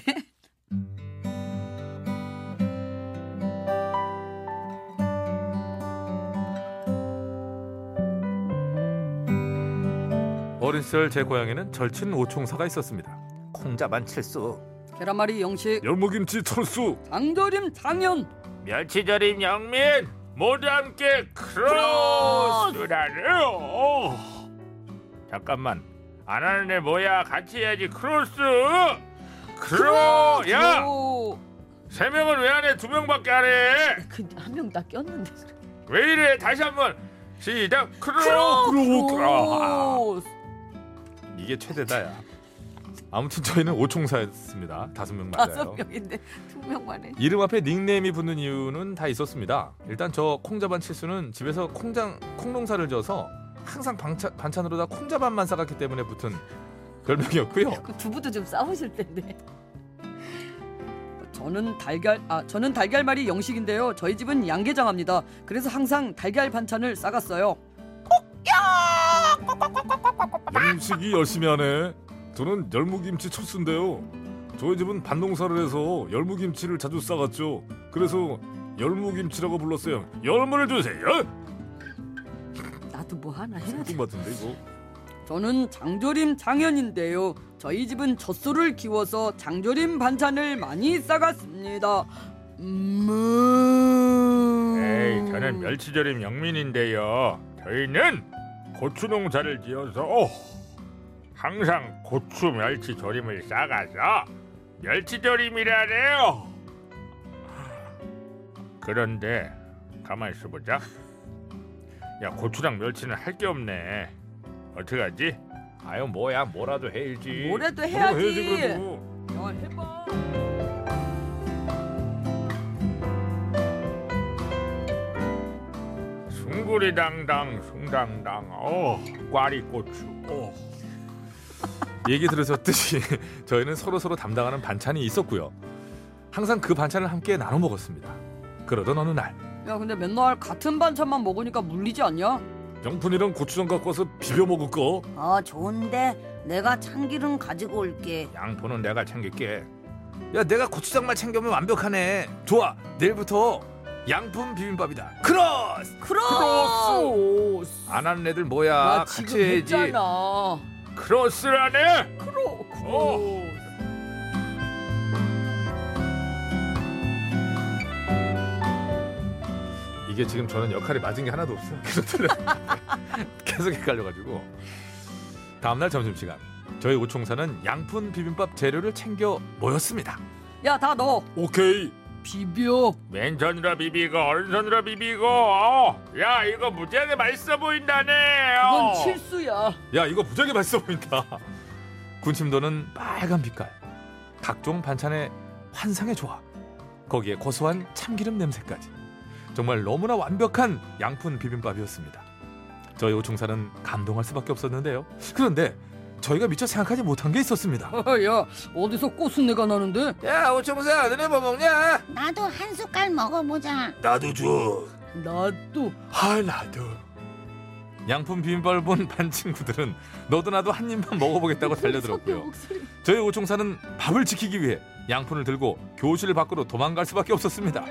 Speaker 1: 어린 시절 제 고향에는 절친 오총사가 있었습니다 콩자반 칠수
Speaker 10: 계란말이 영식,
Speaker 1: 열무김치 철수
Speaker 10: 장조림 장현.
Speaker 3: 멸치절임 영민 모두 함께 크로스라래요. 어, 잠깐만 안 하는 애 뭐야 같이 해야지 크로스. 크로 야세
Speaker 10: 오,
Speaker 3: 명은 왜 안 해? 두 명밖에 안 해.
Speaker 2: 그한 명 다 꼈는데.
Speaker 3: 왜 이래? 다시 한번 시작 아, 크로 크로. 크로.
Speaker 10: 크로스.
Speaker 1: 이게 최대다야 아무튼 저희는 오총사였습니다. 다섯 명 맞아요.
Speaker 11: 다섯 명인데 두 명만 해.
Speaker 1: 이름 앞에 닉네임이 붙는 이유는 다 있었습니다. 일단 저 콩자반 칠수는 집에서 콩장 콩농사를 져서 항상 반찬, 반찬으로 다 콩자반만 싸갔기 때문에 붙은 별명이었고요.
Speaker 3: 그 두부도 좀 싸우실 텐데.
Speaker 2: 저는 달걀 아 저는 달걀말이 영식인데요. 저희 집은 양게장합니다. 그래서 항상 달걀 반찬을 싸갔어요.
Speaker 1: 음식이 열심히 하네. 저는 열무김치 첫순데요. 저희 집은 반농사를 해서 열무김치를 자주 싸갔죠. 그래서 열무김치라고 불렀어요. 열무를 주세요. 어?
Speaker 3: 나도 뭐 하나 해야 돼.
Speaker 1: 뚱뚱 같은데 이거.
Speaker 2: 저는 장조림 장현인데요. 저희 집은 젖소를 키워서 장조림 반찬을 많이 싸갔습니다. 음.
Speaker 6: 에이, 저는 멸치조림 영민인데요. 저희는 고추 농사를 지어서 어, 항상 고추 멸치 조림을 싸가서 멸치조림이라네요. 그런데 가만 있어 보자. 야, 고추랑 멸치는 할 게 없네. 어떻게 하지?
Speaker 1: 아유 뭐야 뭐라도 해야지.
Speaker 2: 뭐라도
Speaker 6: 그럼 해야지,
Speaker 2: 해야지.
Speaker 6: 그래도.
Speaker 2: 야, 해봐.
Speaker 6: 숭구리당당 숭당당 어 꽈리고추 어
Speaker 1: 얘기 들으셨듯이 저희는 서로 서로 담당하는 반찬이 있었고요. 항상 그 반찬을 함께 나눠 먹었습니다. 그러던 어느 날
Speaker 2: 야 근데 맨날 같은 반찬만 먹으니까 물리지 않냐?
Speaker 1: 영푼이랑 고추장 갖고 와서 비벼 먹을 거.
Speaker 11: 아 좋은데 내가 참기름 가지고 올게.
Speaker 1: 양푼은 내가 챙길게.
Speaker 4: 야 내가 고추장만 챙겨면 완벽하네. 좋아 내일부터 양품 비빔밥이다. 크로스.
Speaker 2: 아, 크로스.
Speaker 4: 안 하는 애들 뭐야?
Speaker 1: 아,
Speaker 2: 나
Speaker 4: 같이
Speaker 2: 아, 지금
Speaker 4: 해야지.
Speaker 2: 했잖아.
Speaker 6: 크로스라네
Speaker 2: 크로
Speaker 6: 어.
Speaker 2: 크로스.
Speaker 1: 이게 지금 저는 역할이 맞은 게 하나도 없어요. 계속 틀려. 계속 헷갈려가지고. 다음날 점심시간 저희 오총사는 양푼 비빔밥 재료를 챙겨 모였습니다.
Speaker 2: 야다 넣어.
Speaker 1: 오케이.
Speaker 2: 비벼.
Speaker 6: 맨손으로 비비고 오른손으로 비비고 어. 야 이거 무지하게 맛있어 보인다네 어.
Speaker 2: 이건 실수야.
Speaker 1: 야 이거 무지하게 맛있어 보인다. 군침도는 빨간 빛깔. 각종 반찬의 환상의 조합. 거기에 고소한 참기름 냄새까지. 정말 너무나 완벽한 양푼 비빔밥이었습니다. 저희 오총사는 감동할 수밖에 없었는데요. 그런데 저희가 미처 생각하지 못한 게 있었습니다.
Speaker 2: 야 어디서 꼬순내가 나는데?
Speaker 4: 야 오청사 너네 뭐 먹냐?
Speaker 12: 나도 한 숟갈 먹어보자.
Speaker 4: 나도 줘.
Speaker 2: 나도
Speaker 1: 아 나도 양품 비빔밥을 본 반 친구들은 너도 나도 한 입만 먹어보겠다고 달려들었고요 저희 오총사는 밥을 지키기 위해 양푼을 들고 교실 밖으로 도망갈 수밖에 없었습니다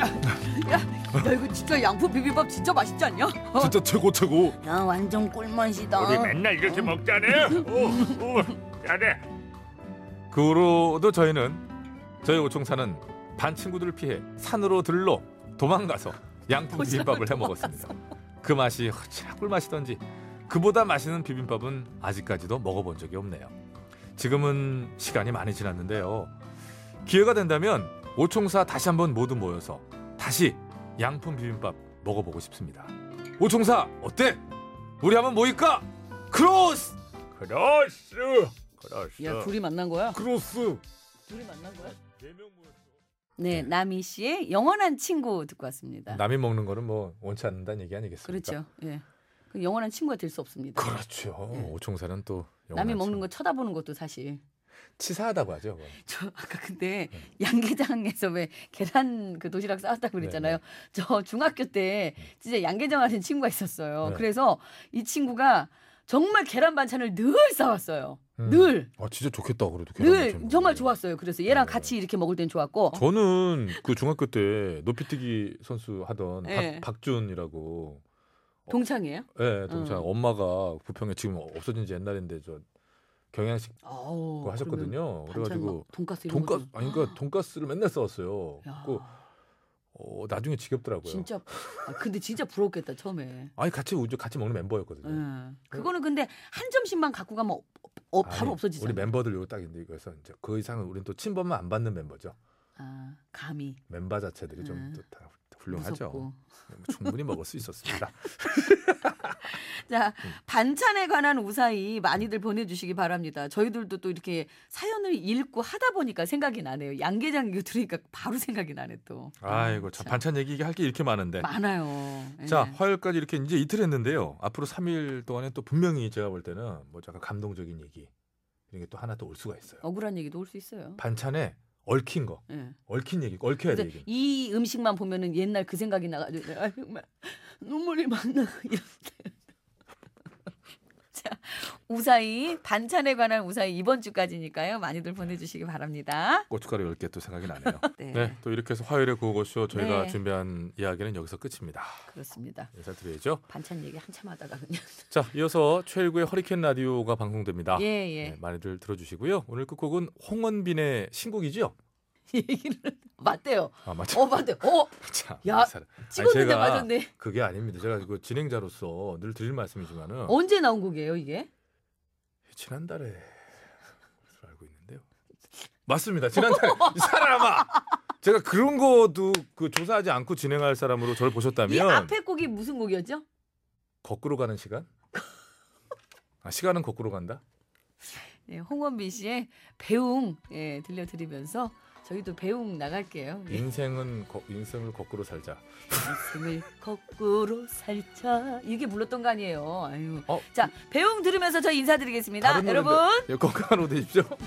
Speaker 2: 야 이거 진짜 양푼 비빔밥 진짜 맛있지 않냐?
Speaker 1: 진짜 최고 최고
Speaker 11: 야 완전 꿀맛이다.
Speaker 6: 우리 맨날 이렇게 먹자네 오, 오. 잘해
Speaker 1: 그 후로도 저희는 저희 오총사는 반 친구들을 피해 산으로 들러 도망가서 양푼 비빔밥을 해 먹었습니다 그 맛이 허치나 꿀맛이던지 그보다 맛있는 비빔밥은 아직까지도 먹어본 적이 없네요. 지금은 시간이 많이 지났는데요. 기회가 된다면 오총사 다시 한번 모두 모여서 다시 양푼 비빔밥 먹어보고 싶습니다. 오총사 어때? 우리 한번 모일까? 크로스!
Speaker 6: 크로스 크로스
Speaker 1: 어.
Speaker 2: 야 둘이 만난 거야?
Speaker 1: 크로스!
Speaker 2: 둘이 만난 거야?
Speaker 6: 네명 모였어.
Speaker 1: 예.
Speaker 3: 네, 남희 씨의 영원한 친구 듣고 왔습니다.
Speaker 1: 남이 먹는 거는 뭐 원치 않는다는 얘기 아니겠습니까?
Speaker 3: 네. 그렇죠. 예. 그 영원한 친구가 될 수 없습니다.
Speaker 1: 그러니까. 그렇죠.
Speaker 3: 네.
Speaker 1: 오총사는 또
Speaker 3: 남이
Speaker 1: 영원하지.
Speaker 3: 먹는 거 쳐다보는 것도 사실.
Speaker 1: 치사하다고 하죠. 그건.
Speaker 3: 저 아까 근데
Speaker 1: 예.
Speaker 3: 양계장에서 왜 계란 그 도시락
Speaker 1: 네,
Speaker 3: 싸왔다고 그랬잖아요. 저 중학교 때 진짜 양계장 하는 친구가 있었어요.
Speaker 1: 네.
Speaker 3: 그래서 이 친구가 정말 계란 반찬을 늘 싸왔어요.
Speaker 1: 음.
Speaker 3: 늘.
Speaker 1: 아 진짜 좋겠다 그래도.
Speaker 3: 늘
Speaker 1: 계란찜.
Speaker 3: 정말 좋았어요. 그래서 얘랑
Speaker 1: 네.
Speaker 3: 같이 이렇게 먹을 땐 좋았고
Speaker 1: 음. 저는 그 중학교 때 높이뛰기 선수 하던
Speaker 3: 예.
Speaker 1: 박, 준이라고
Speaker 3: 동창이에요.
Speaker 1: 예, 동창
Speaker 3: 음.
Speaker 1: 엄마가 부평에 지금 없어진 지 옛날인데 저 경양식
Speaker 3: 아우,
Speaker 1: 그거 하셨거든요.
Speaker 3: 어, 그러면 반찬
Speaker 1: 그래가지고
Speaker 3: 막 돈가스 이런
Speaker 1: 돈가
Speaker 3: 거 좀-
Speaker 1: 아니 그러니까 돈가스를 맨날 싸웠어요.
Speaker 3: 야,
Speaker 1: 그 어, 나중에 지겹더라고요.
Speaker 3: 진짜 아, 근데 진짜 부럽겠다 처음에.
Speaker 1: 아니 같이 우주 같이 먹는
Speaker 3: 예.
Speaker 1: 멤버였거든요.
Speaker 3: 그거는 근데 한 점씩만 갖고 가면 어, 어, 바로
Speaker 1: 아니,
Speaker 3: 없어지잖아.
Speaker 1: 우리 멤버들 요거 딱인데 그래서 이제 그 이상은 우린 또 침범만 안 받는 멤버죠.
Speaker 3: 아, 감히.
Speaker 1: 멤버 자체들이
Speaker 3: 음.
Speaker 1: 좀또다 훌륭하죠. 뭐
Speaker 2: 무섭고.
Speaker 1: 충분히 먹을 수 있었습니다.
Speaker 2: 자, 반찬에 관한 우사히 많이들 보내주시기 바랍니다. 저희들도 또 이렇게 사연을 읽고 하다 보니까 생각이 나네요. 양계장 이거 들으니까 바로 생각이 나네 또.
Speaker 1: 아이고 참 반찬 얘기할 게 이렇게 많은데. 네.
Speaker 2: 많아요. 예.
Speaker 1: 자 화요일까지 이렇게 이제 이틀 했는데요. 앞으로 3일 동안에 또 분명히 제가 볼 때는 뭐 약간 감동적인 얘기 이런 게 또 하나 또 올 수가 있어요.
Speaker 2: 억울한 얘기도 올 수 있어요.
Speaker 1: 반찬에 얽힌 거,
Speaker 2: 예.
Speaker 1: 얽힌 얘기, 얽혀야 돼
Speaker 2: 근데
Speaker 1: 얘기.
Speaker 2: 이 음식만 보면은 옛날 그 생각이 나가지고 아 정말 눈물이 막 나. 이럴 때. 자, 우사히 반찬에 관한 우사히 이번 주까지니까요. 많이들 보내주시기 바랍니다.
Speaker 1: 고춧가루 10개 또 생각이 나네요.
Speaker 2: 네.
Speaker 1: 네. 또 이렇게 해서 화요일에 구호고쇼 저희가
Speaker 2: 네.
Speaker 1: 준비한 이야기는 여기서 끝입니다.
Speaker 2: 그렇습니다.
Speaker 1: 인사드려야죠.
Speaker 2: 반찬 얘기 한참 하다가 그냥.
Speaker 1: 자, 이어서 최일구의 허리케인 라디오가 방송됩니다.
Speaker 2: 예, 예.
Speaker 1: 네, 많이들 들어주시고요. 오늘 끝곡은 홍원빈의 신곡이죠?
Speaker 2: 맞대요.
Speaker 1: 아, 맞죠?
Speaker 2: 어, 맞대. 어,
Speaker 1: 참,
Speaker 2: 야,
Speaker 1: 이 사람. 아니,
Speaker 2: 찍었는데
Speaker 1: 제가
Speaker 2: 맞았네.
Speaker 1: 그게 아닙니다. 제가 그 진행자로서 늘 드릴 말씀이지만은
Speaker 2: 언제 나온 곡이에요, 이게?
Speaker 1: 지난달에 그걸 알고 있는데요. 맞습니다. 지난달에 이 사람아. 제가 그런 거도 그 조사하지 않고 진행할 사람으로 저를
Speaker 2: 이
Speaker 1: 보셨다면
Speaker 2: 앞에 곡이 무슨 곡이었죠?
Speaker 1: 거꾸로 가는 시간? 아, 시간은 거꾸로 간다.
Speaker 2: 예, 홍원빈 씨의 배웅 예, 들려드리면서 저희도 배웅 나갈게요. 예.
Speaker 1: 인생은 거- 인생을 거꾸로 살자.
Speaker 2: 가슴을 거꾸로 살짝 이게 불렀던 거 아니에요. 아유.
Speaker 1: 어?
Speaker 2: 자 배웅 들으면서 저 인사드리겠습니다.
Speaker 1: 다른
Speaker 2: 여러분.
Speaker 1: 노래인데. 예, 건강한 오후 되십시오.